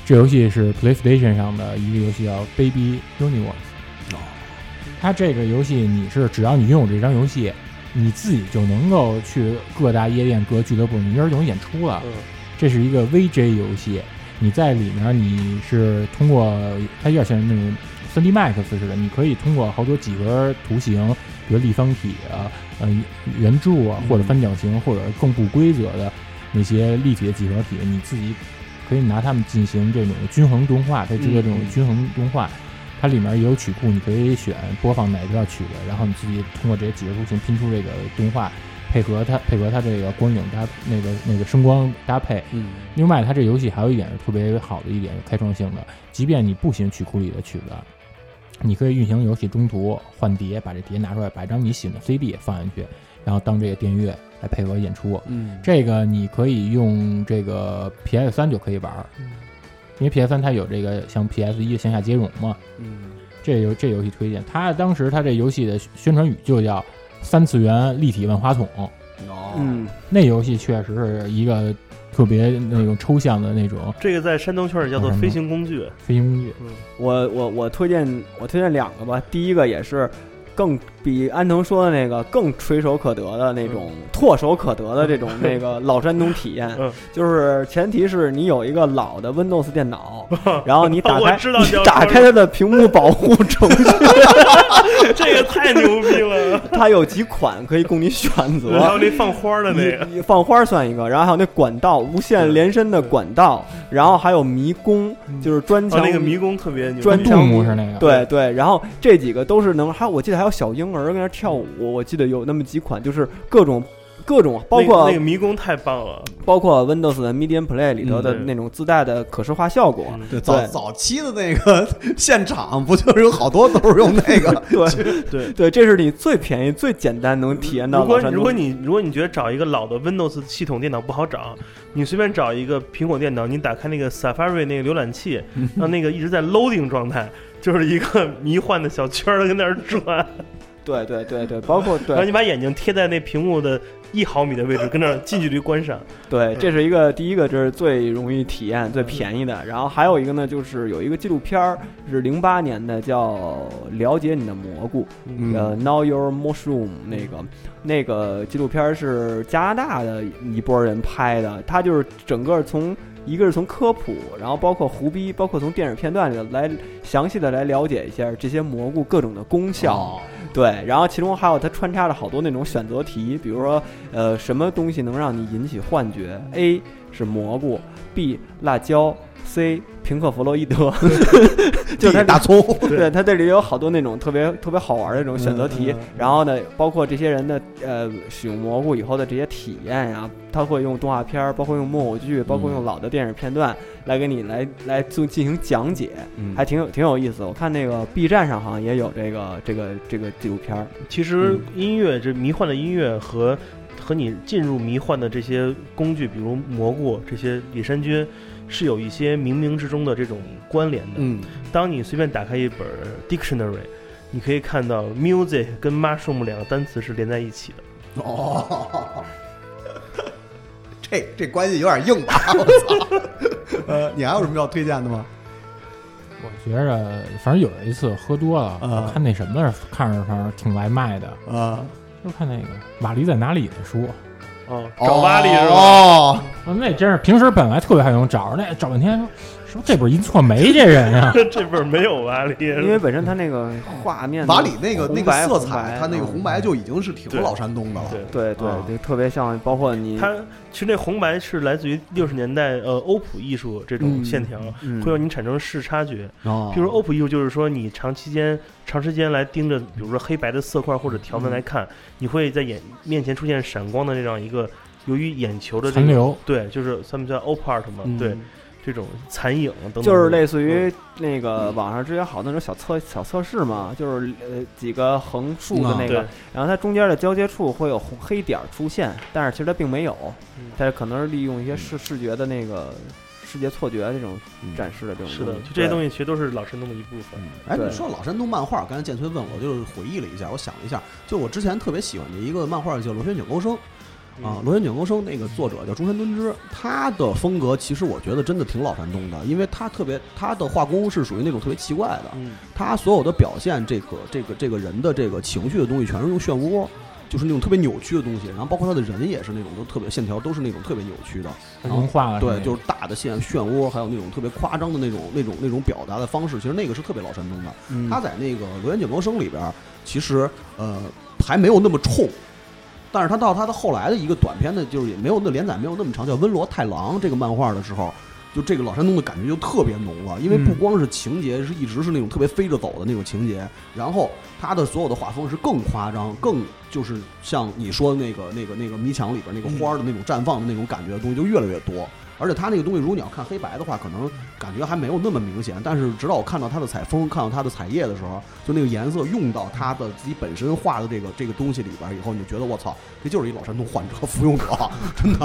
D: 这游戏是 PlayStation 上的一个游戏，叫《Baby Universe》。它这个游戏你是只要你拥有这张游戏，你自己就能够去各大夜店、各俱乐部，你一人就能演出了。
F: 嗯
D: 这是一个 VJ 游戏，你在里面你是通过它有点像那种 3D Max 似的，你可以通过好多几何图形，比如立方体啊、呃圆柱啊，或者三角形，或者更不规则的那些立体的几何体，你自己可以拿它们进行这种均衡动画，可以制作这种均衡动画。它里面也有曲库，你可以选播放哪一段曲子，然后你自己通过这些几何图形拼出这个动画，配合它配合它这个光影搭那个那个声光搭配。
E: 嗯，
D: 另外，它这游戏还有一点是特别好的一点，开创性的，即便你不喜欢曲库里的曲子，你可以运行游戏中途换碟，把这碟拿出来，把一张你喜欢的 CD 放进去，然后当这个电乐来配合演出。
E: 嗯，
D: 这个你可以用这个 PS 三就可以玩儿，因为 PS 三它有这个像 PS 一向下兼容嘛。
C: 嗯
D: 这游这游戏推荐，它当时它这游戏的宣传语就叫“三次元立体万花筒”。
E: 哦，
C: 嗯，
D: 那游戏确实是一个特别那种抽象的那种
F: 这个在山东圈里叫做
D: 老山东
F: 飞行工具，
D: 飞行工具。
C: 我我我推荐我推荐两个吧，第一个也是更比安藤说的那个更垂手可得的
F: 嗯
C: 那种、唾手可得的这种那个老山东体验，
F: 嗯
C: 就是前提是你有一个老的 Windows 电 脑，然后你打
F: 我
C: 开
F: 知道你
C: 你
F: 要
C: 打
F: 说
C: 开它的屏幕保护程序，
F: 这个太牛逼 了。
C: 它有几款可以供你选 择。
F: 还有那放花的那个，嗯
C: 你你放花儿算一个，然后还有那管道无限连伸的管道，然后还有迷宫，就是砖
F: 哦
C: 墙、
F: 那个迷宫特别牛，
C: 专
D: 杜牧是
F: 啊
D: 那个，
C: 对对，然后这几个都是能，还有我记得还有小婴儿跟那儿跳舞，我记得有那么几款，就是各种各种，包
F: 那个
C: 括
F: 那个迷宫太棒了，
C: 包括 Windows 的 Medium Play 里头的
F: 嗯对
C: 那种自带的可视化效果。
F: 嗯
E: 对，早
C: 对？
E: 早期的那个 现场不就是有好多都是用那个
C: 对
F: 嗯对。
C: 对，这是你最便宜、最简单能体验到
F: 如
C: 老
F: 果
C: 山东。
F: 如果你如果你觉得找一个老的 Windows 系统电脑不好找，你随便找一个苹果电脑，你打开那个 Safari 那个浏览器， 让那个一直在 loading 状态，就是一个迷幻的小圈儿跟那儿转，
C: 对对对对，包括
F: 然后
C: 对
F: 你把眼睛贴在那屏幕的一毫米的位置，跟那儿近距离观赏。
C: 对，这是一个第一个，这是最容易体验、最便宜的。然后还有一个呢，就是有一个纪录片儿是零八年的，叫《了解你的蘑菇》。呃，《Now Your Mushroom》那个那个纪录片儿是加拿大的一波人拍的，它就是整个从一个是从科普，然后包括胡逼，包括从电影片段里头来详细的来了解一下这些蘑菇各种的功效。
E: 哦
C: 对，然后其中还有它穿插了好多那种选择题，比如说，呃，什么东西能让你引起幻觉？A 是蘑菇，B 辣椒，C 平克·弗洛伊德，就是它
E: 地大葱，
C: 对，它这里有好多那种特别特别好玩的那种选择题，
E: 嗯嗯
C: 然后呢，包括这些人的呃使用蘑菇以后的这些体验呀、他会用动画片儿，包括用木偶剧，包括
E: 嗯
C: 用老的电影片段来给你来来进进行讲解，
E: 嗯
C: 还挺有挺有意思。我看那个 B 站上好像也有这个这个这个纪录片儿，
F: 其实音乐这迷幻的音乐和和你进入迷幻的这些工具，比如蘑菇这些野山菌，是有一些冥冥之中的这种关联的。
E: 嗯，
F: 当你随便打开一本 dictionary，你可以看到 music 跟 mushroom 两个单词是连在一起的。
E: 哦， 这这关系有点硬吧？我操！呃，你还有什么要推荐的吗？
D: 我觉着，反正有一次喝多了，
E: 啊
D: 我看那什么看着反正挺来卖的，
E: 啊，
D: 就看那个《瓦力在哪里》的书。
F: 哦，找巴黎是吧？
E: 哦，
D: 我那真是平时本来特别还能找着那找半天，说是不是这本一错没这人啊呀、
F: 这本儿没有巴黎，
C: 因为本身它那个画面
E: 瓦里那个
C: 红
E: 那个
C: 白
E: 色
C: 红
E: 彩，
C: 白
E: 它那个
C: 嗯
E: 红白就已经是挺
F: 对
E: 老山东的了。
F: 对
C: 对对
E: 啊
C: 对，特别像，包括你
F: 它其实那红白是来自于六十年代呃欧普艺术这种线条，
C: 嗯
F: 会让你产生视差觉。
E: 哦
F: 譬如说欧普艺术就是说你长期间长时间来盯着，比如说黑白的色块或者条纹来看，你会在眼面前出现闪光的这样一个，由于眼球的这
D: 残
F: 个
D: 留。
F: 对，就是他们叫 o p a r t 嘛，对，这种残影等等，
C: 嗯
F: 嗯
C: 就是类似于那个网上之前好那种小测小测试嘛，就是呃几个横竖
E: 啊
C: 的那
F: 嗯
C: 个，
F: 对
C: 然后它中间的交界处会有红黑点儿出现，但是其实它并没有
F: 嗯，
C: 它可能是利用一
E: 嗯
C: 些视视觉的那个视觉错觉这种展示的这种
F: 是的，
C: 东西
F: 就这些东
C: 西
F: 西其实都是老神农的一部分。
E: 哎，
C: 对
E: 你说老山东漫画，刚才建崔问我，就是回忆了一下，我想了一下，就我之前特别喜欢的一个漫画叫《螺旋桨钩生》啊，《螺旋桨钩生》那个作者叫中山敦之，他的风格其实我觉得真的挺老山东的，因为他特别他的画工是属于那种特别奇怪的，
F: 嗯，
E: 他所有的表现这个这个这个人的这个情绪的东西，全是用漩涡。就是那种特别扭曲的东西，然后包括他的人也是那种都特别线条都是那种特别扭曲的，
D: 融化了，
E: 对，就是大的线漩涡，还有那种特别夸张的那种那种那种表达的方式，其实那个是特别老山东的。
D: 嗯
E: 他在那个《螺旋桨高生》里边儿，其实呃还没有那么冲，但是他到他的后来的一个短片的，就是也没有那连载没有那么长，叫《温罗太郎》这个漫画的时候，就这个老山东的感觉就特别浓了，因为不光是情节是一直是那种特别飞着走的那种情节，然后他的所有的画风是更夸张，更就是像你说的那个那个那个迷墙里边那个花儿的那种绽放的那种感觉的东西就越来越多。而且他那个东西，如果你要看黑白的话，可能感觉还没有那么明显。但是直到我看到他的采风，看到他的彩页的时候，就那个颜色用到他的自己本身画的这个这个东西里边儿以后，你就觉得我操，这就是一老山东患者服用者， 真的。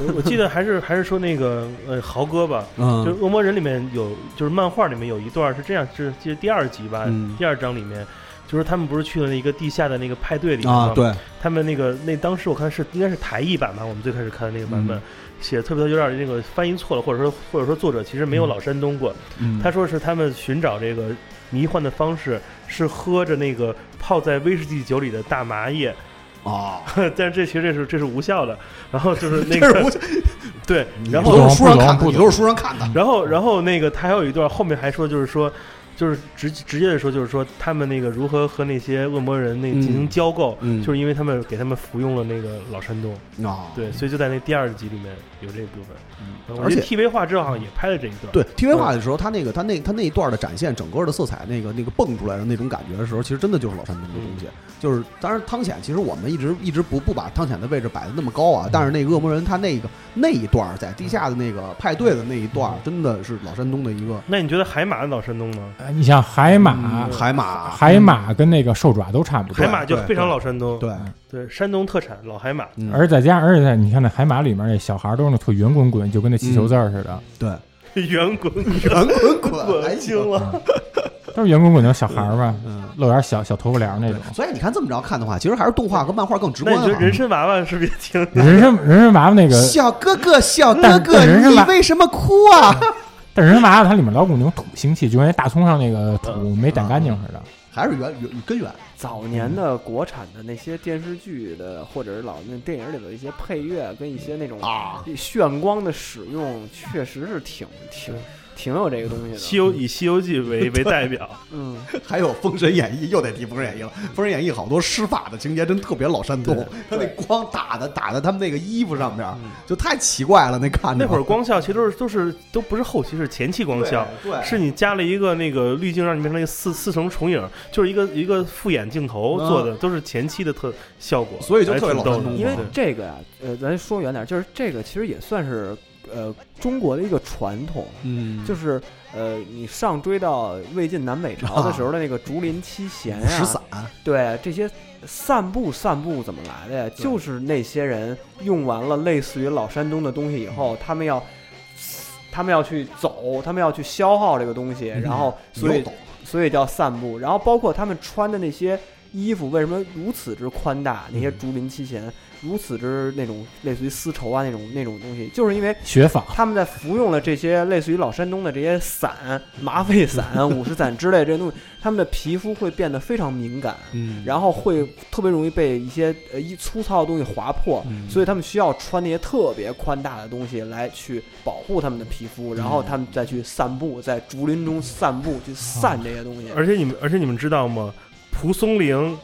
F: 呃嗯我我记得还是还是说那个呃豪哥吧，
E: 嗯
F: 就是《恶魔人》里面有，就是漫画里面有一段是这样，是记得第二集吧，
E: 嗯
F: 第二章里面，就是他们不是去了那个地下的那个派对里面
E: 啊
F: 吗，
E: 对，
F: 他们那个那当时我看是应该是台译版吧，我们最开始看的那个版
E: 嗯
F: 本，写的特别有点那个翻译错了，或者说或者说作者其实没有老山东过，
D: 嗯
F: 他说是他们寻找这个迷幻的方式是喝着那个泡在威士忌酒里的大麻叶，
E: 啊，
F: 但是这其实这是这是无效的，然后就是那
E: 这 是
F: 个
E: 我，
F: 对，然
E: 你
D: 不
F: 后
E: 都
D: 懂
E: 是书上看的，嗯啊
D: 不懂
E: 你都是书上看的。
F: 然后，然后那个他还有一段，后面还说就是说，就是直直接的说，就是说他们那个如何和那些恶魔人那进行交购，
E: 嗯嗯
F: 就是因为他们给他们服用了那个老山东，
E: 啊，
F: 对，所以就在那第二集里面有这部分。嗯我
E: 而
F: 觉
E: 且
F: 得 TV 画质好像也拍了这一段。
E: 对 TV
D: 嗯
E: 化的时候，他那个他那他那一段的展现，整个的色彩那个那个蹦出来的那种感觉的时候，其实真的就是老山东的
D: 嗯
E: 东西。就是当然汤浅，其实我们一直一直不不把汤浅的位置摆的那么高啊，但是那个恶魔人他那个那一段儿在地下的那个派对的那一段儿，
D: 嗯
E: 真的是老山东的一个
F: 那你觉得海马的老山东吗？
D: 呃你像海马，
E: 嗯海马，
D: 海马跟那个兽爪都差不多
F: 海，马就
E: 对
F: 非常老山
E: 嗯
F: 东，
E: 对，
F: 对山东特产老海 马。
E: 嗯
D: 而再加而且在你看那海马里面那小孩都是那特圆滚滚，就跟那气球字儿似的，
E: 对，
F: 圆滚
E: 圆滚滚还
F: 滚
E: 行啊
F: 惊。了，
D: 都是圆滚滚的小孩儿嘛，
E: 嗯，
D: 露点小小头发帘儿那种。
E: 所以你看这么着看的话，其实还是动画跟漫画更直
F: 那
E: 观
F: 你觉得
E: 啊。
F: 人参娃娃是不是也挺？
E: 嗯
D: 人参人参娃娃那个，
E: 小哥哥，小哥
D: 但
E: 哥，
D: 但人是
E: 你
D: 吧
E: 为什么哭啊？
D: 但人参娃娃它里面老有那种土腥气，就跟那大葱上那个土
E: 嗯
D: 没掸干净似的。
E: 还是原原根源啊
C: 早年的国产的那些电视剧的，或者是老那电影里的一些配乐跟一些那种
E: 啊？
C: 炫光的使用，确实是挺挺挺有这个东
F: 西
C: 西的。
F: 游以《西游记》 为为代表，
C: 嗯，
E: 还有《封神演义》，又得提《封神演义》了，《封神演义》好多施法的情节真特别老山东，他那光打的打在他们那个衣服上面儿，就太奇怪了，那看着
F: 那会儿光效其实都是都是都不是后期，是前期光效，
E: 对对
F: 是你加了一个那个滤镜，让你变成那个四四层重影，就是一个一个复眼镜头
E: 嗯
F: 做的，都是前期的特效果，
E: 所以就特别
F: 还挺逗
E: 老山
F: 的
E: 东
C: 因为
E: 嘛
C: 这个呀、呃，咱说远点儿，就是这个其实也算是呃中国的一个传统，
E: 嗯
C: 就是是呃，你上追到魏晋南北朝的时候的那个竹林七贤
E: 石
C: 呀、
E: 散，
C: 对这些散步散步怎么来的呀？就是那些人用完了类似于老山东的东西以后，他们要。他们要去走，他们要去消耗这个东西，然后所以
E: 你又懂
C: 所以叫散步。然后包括他们穿的那些衣服为什么如此之宽大，那些竹林七贤如此之那种类似于丝绸啊那种那种东西，就是因为
E: 嗯
D: 学法，
C: 他们在服用了这些类似于老山东的这些散、麻沸 散、五石散之类这些东西，他们的皮肤会变得非常敏感，
E: 嗯
C: 然后会特别容易被一些呃一粗糙的东西划破，
E: 嗯
C: 所以他们需要穿那些特别宽大的东西来去保护他们的皮肤，然后他们再去散步，在竹林中散步去散这些东西。
F: 而且你们，而且你们知道吗？蒲松龄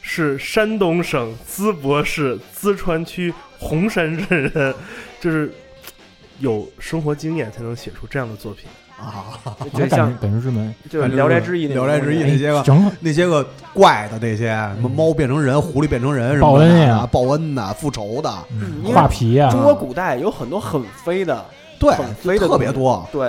F: 是山东省淄博市淄川区洪山镇人，就是有生活经验才能写出这样的作品。
E: 啊，
C: 就
D: 感
C: 像
D: 觉感觉之门，
C: 就是《聊斋志异》那种
E: 聊斋志异
C: 东西
E: 那些个
D: 哎正好
E: 那些个怪的那些什么猫变成人、狐狸变成人什么的，
D: 报恩呀
E: 啊报恩呐、复仇的，
C: 嗯因为
D: 画皮啊呀、
C: 中国古代有很多很飞的，
E: 对
C: 很，
E: 就
C: 飞的
E: 特别多
C: 对，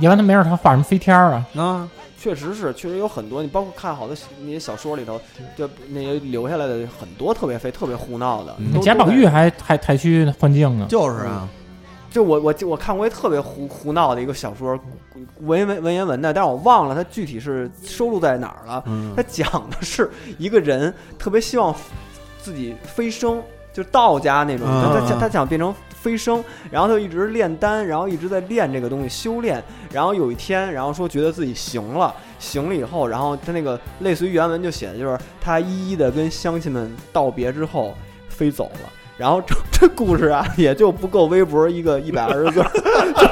D: 要不然他没事儿他画什么飞天儿啊？
E: 啊。
C: 确实是，确实有很多。你包括看好多小那些小说里头，就那些留下来的很多特别飞、特别胡闹的
E: 嗯。
C: 都
D: 贾宝玉
C: 都在
D: 还还还去幻境呢，
E: 就是啊，
C: 就我我我看过一特别胡胡闹的一个小说，文言文文言文的，但是我忘了它具体是收录在哪儿了。
E: 嗯
C: 它讲的是一个人特别希望自己飞升，就是道家那种，
E: 嗯
C: 他他
E: 嗯
C: 想他想变成飞升，然后他就一直炼丹，然后一直在练这个东西修炼，然后有一天，然后说觉得自己行了，行了以后，然后他那个类似于原文就写的就是他一一的跟乡亲们道别之后飞走了。然后这 这故事啊，也就不够微博一个一百二十字儿，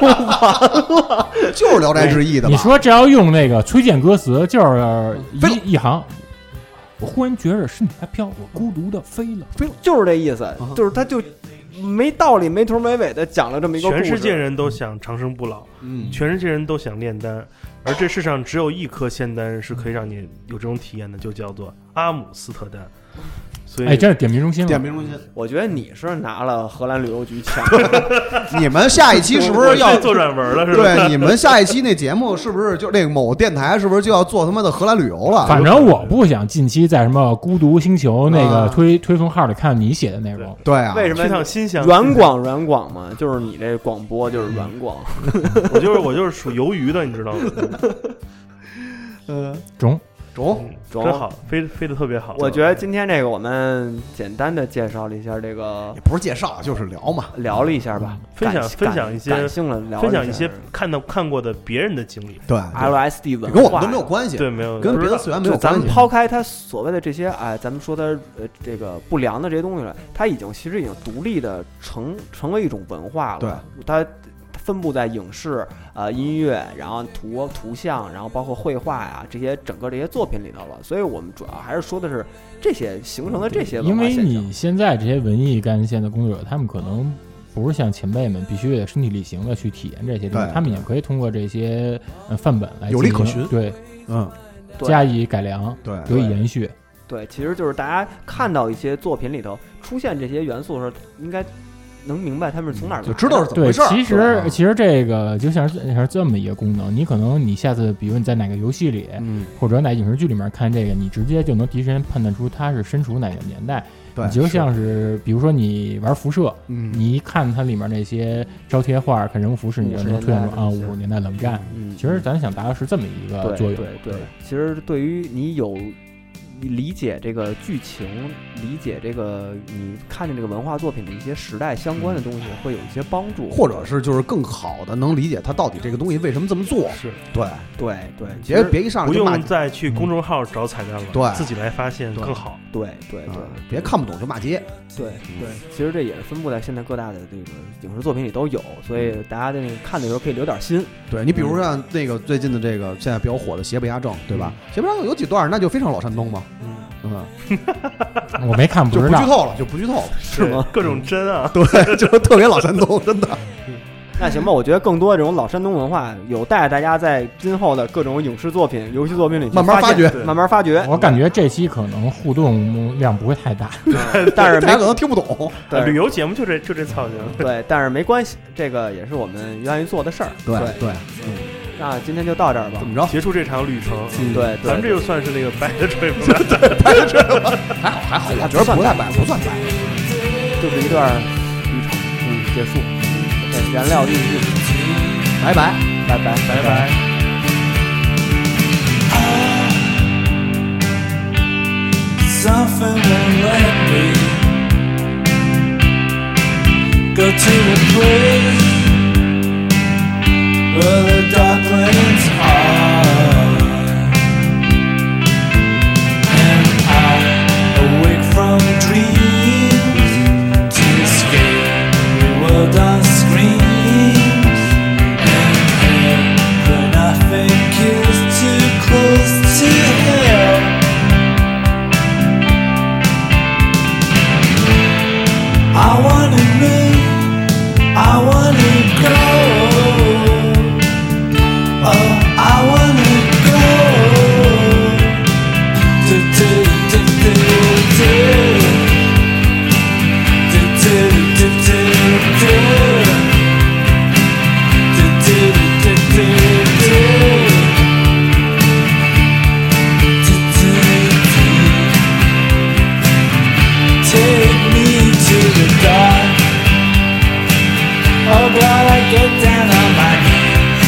E: 就是《聊斋志异》的
D: 你
E: 嘛。
D: 说这要用那个崔健歌词，就是
E: 飞了
D: 一一行。我忽然觉着身体还飘，我孤独的飞了。
C: 就是这意思，
E: 嗯
C: 就是他就没道理、没头没尾的讲了这么一个故事。
F: 全世界人都想长生不老，
E: 嗯，
F: 全世界人都想炼丹，而这世上只有一颗仙丹是可以让你有这种体验的，就叫做阿姆斯特丹。所以，
D: 哎，真是点评中心了
E: 点。评中心，
C: 我觉得你是拿了荷兰旅游局 钱，
E: 你们下一期是不
F: 我
E: 是
F: 是
E: 要
F: 做软文了？是吧？
E: 对，你们下一期那节目是不是就那个某电台是不是就要做他妈的荷兰旅游了？
D: 反正我不想近期在什么《孤独星球》那
E: 啊
D: 个推推送号里看你写的内容。
E: 对啊，
C: 为什
F: 去
C: 么
F: 趟？新乡，
C: 软广软广嘛，就是你这广播就是软 广，
F: 我就是我就是属鱿鱼的，你知道吗？
D: 中，
E: 中
F: 嗯
C: 中
F: 真好，飞飞得特别好。
C: 我觉得今天这个我们简单的介绍了一下这个
E: 也，不是介绍，就是聊嘛。
C: 聊了一下吧，
F: 分享
C: 感
F: 分享一些
C: 感性了聊了
F: 分享一些
C: 下
F: 看到看过的别人的经历，
E: 对，
C: LSD 文化，
E: 跟我们都没有关系，
F: 对，没有
E: 跟
F: 不
E: 别
F: 知
E: 的
F: 道
E: 次元没
C: 就
E: 有
C: 咱
E: 关
C: 们
E: 系。
C: 抛开它所谓的这些，哎，咱们说它呃这个不良的这些东西了，它已经其实已经独立的成成为一种文化了。
E: 对，
C: 它分布在影视、呃音乐，然后图图像，然后包括绘画呀、这些整个这些作品里头了。所以我们主要还是说的是这些形成的这些文
D: 因
C: 化
D: 为
C: 现象。
D: 你现在这些文艺干线的工作者，他们可能不是像前辈们必须得身体力行的去体验这些东西，
E: 对
D: 他们也可以通过这些呃范本来
E: 有利
D: 进行
E: 可循
D: 对
E: 嗯，
C: 对
D: 加以改良，
E: 对，
D: 得以延续。
C: 对，其实就是大家看到一些作品里头出现这些元素的时候，应该能明白他们是从哪儿来的
E: 嗯就知道是怎么
D: 对，
E: 回事儿。
D: 其
E: 对
D: 实
E: 吧
D: 其实这个就像是像是这么一个功能，你可能你下次比如你在哪个游戏里，
E: 嗯，
D: 或者哪影视剧里面看这个，你直接就能第一时间判断出它是身处哪个年代。
E: 对，
D: 你就是像是比如说你玩辐射，
E: 嗯，
D: 你一看它里面那些招贴画、看人物服饰，你就能推断出啊
C: 五
D: 五
C: 十年代
D: 十年代冷战。
C: 嗯，
D: 其实咱想达到是这么一个
C: 对
D: 作用。
C: 对对，
E: 嗯
C: 其实对于你有理解这个剧情、理解这个你看见这个文化作品的一些时代相关的东西，会有一些帮助，
E: 嗯或者是就是更好的能理解他到底这个东西为什么这么做。
F: 是
E: 对，
C: 对对，其
E: 别
C: 实
E: 别一上来
F: 不
E: 就骂
F: 用
E: 街，
F: 再去公众号找彩蛋了，
E: 对
F: 自己来发现
E: 对
F: 更好。
C: 对对对
E: 啊嗯别看不懂就骂街。
C: 对对，其实这也是分布在现在各大的这个影视作品里都有，所
E: 嗯
C: 以大家在那个看的时候可以留点心。
E: 对你比如像那个最近的这个现在比较火的《邪不压正》，对吧？
C: 嗯
E: 邪不压正》有几段那就非常老山东嘛，
F: 嗯，
E: 嗯，
D: 我没看
E: 就
D: 知
E: 不剧
D: 道。
E: 透了，就不剧透了。
F: 是
C: 吗？
F: 各种真啊，
E: 对， 就是特别老山东，真的。
C: 那行吧，我觉得更多这种老山东文化有待大家在今后的各种影视作品、游戏作品里去
E: 慢慢
C: 发
E: 发
C: 现
E: 掘哦
C: 慢慢发掘。
D: 我感觉这期可能互动量不会太大，
C: 但 是
E: 大
C: 没
E: 家可能听不懂。
C: 对
F: 啊
C: 哦
F: 旅游节目就这就这操性。
C: 对，但是没关系，这个也是我们愿意做的事儿。
E: 对对，
C: 那今天就到这儿吧
E: 怎。么着？
F: 结束这场旅程，
C: 对对，
F: 咱们这就算是那个白的吹风了。
E: 还好还好，我觉得不太白，不算白。
C: 就是一段旅程，嗯，结束。对，燃料继续，
E: 拜拜。
C: 拜拜，拜拜。
G: I off and won't let me go to a place where the darklings are. And I awake from dreams to escape the world on screens. And hell, for nothing kills too close to hell. I wanna move, I wanna go. Oh, I wanna go. Do do do do do. Do do do do do. Do do do do do. Do do do. Take me to the dark. Oh God, I get down on my knees,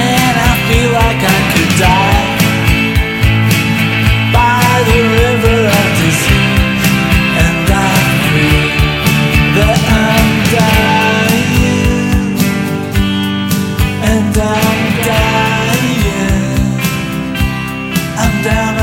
G: and I feel like I could die by the river of disease, and I feel that I'm dying, and I'm dying. I'm down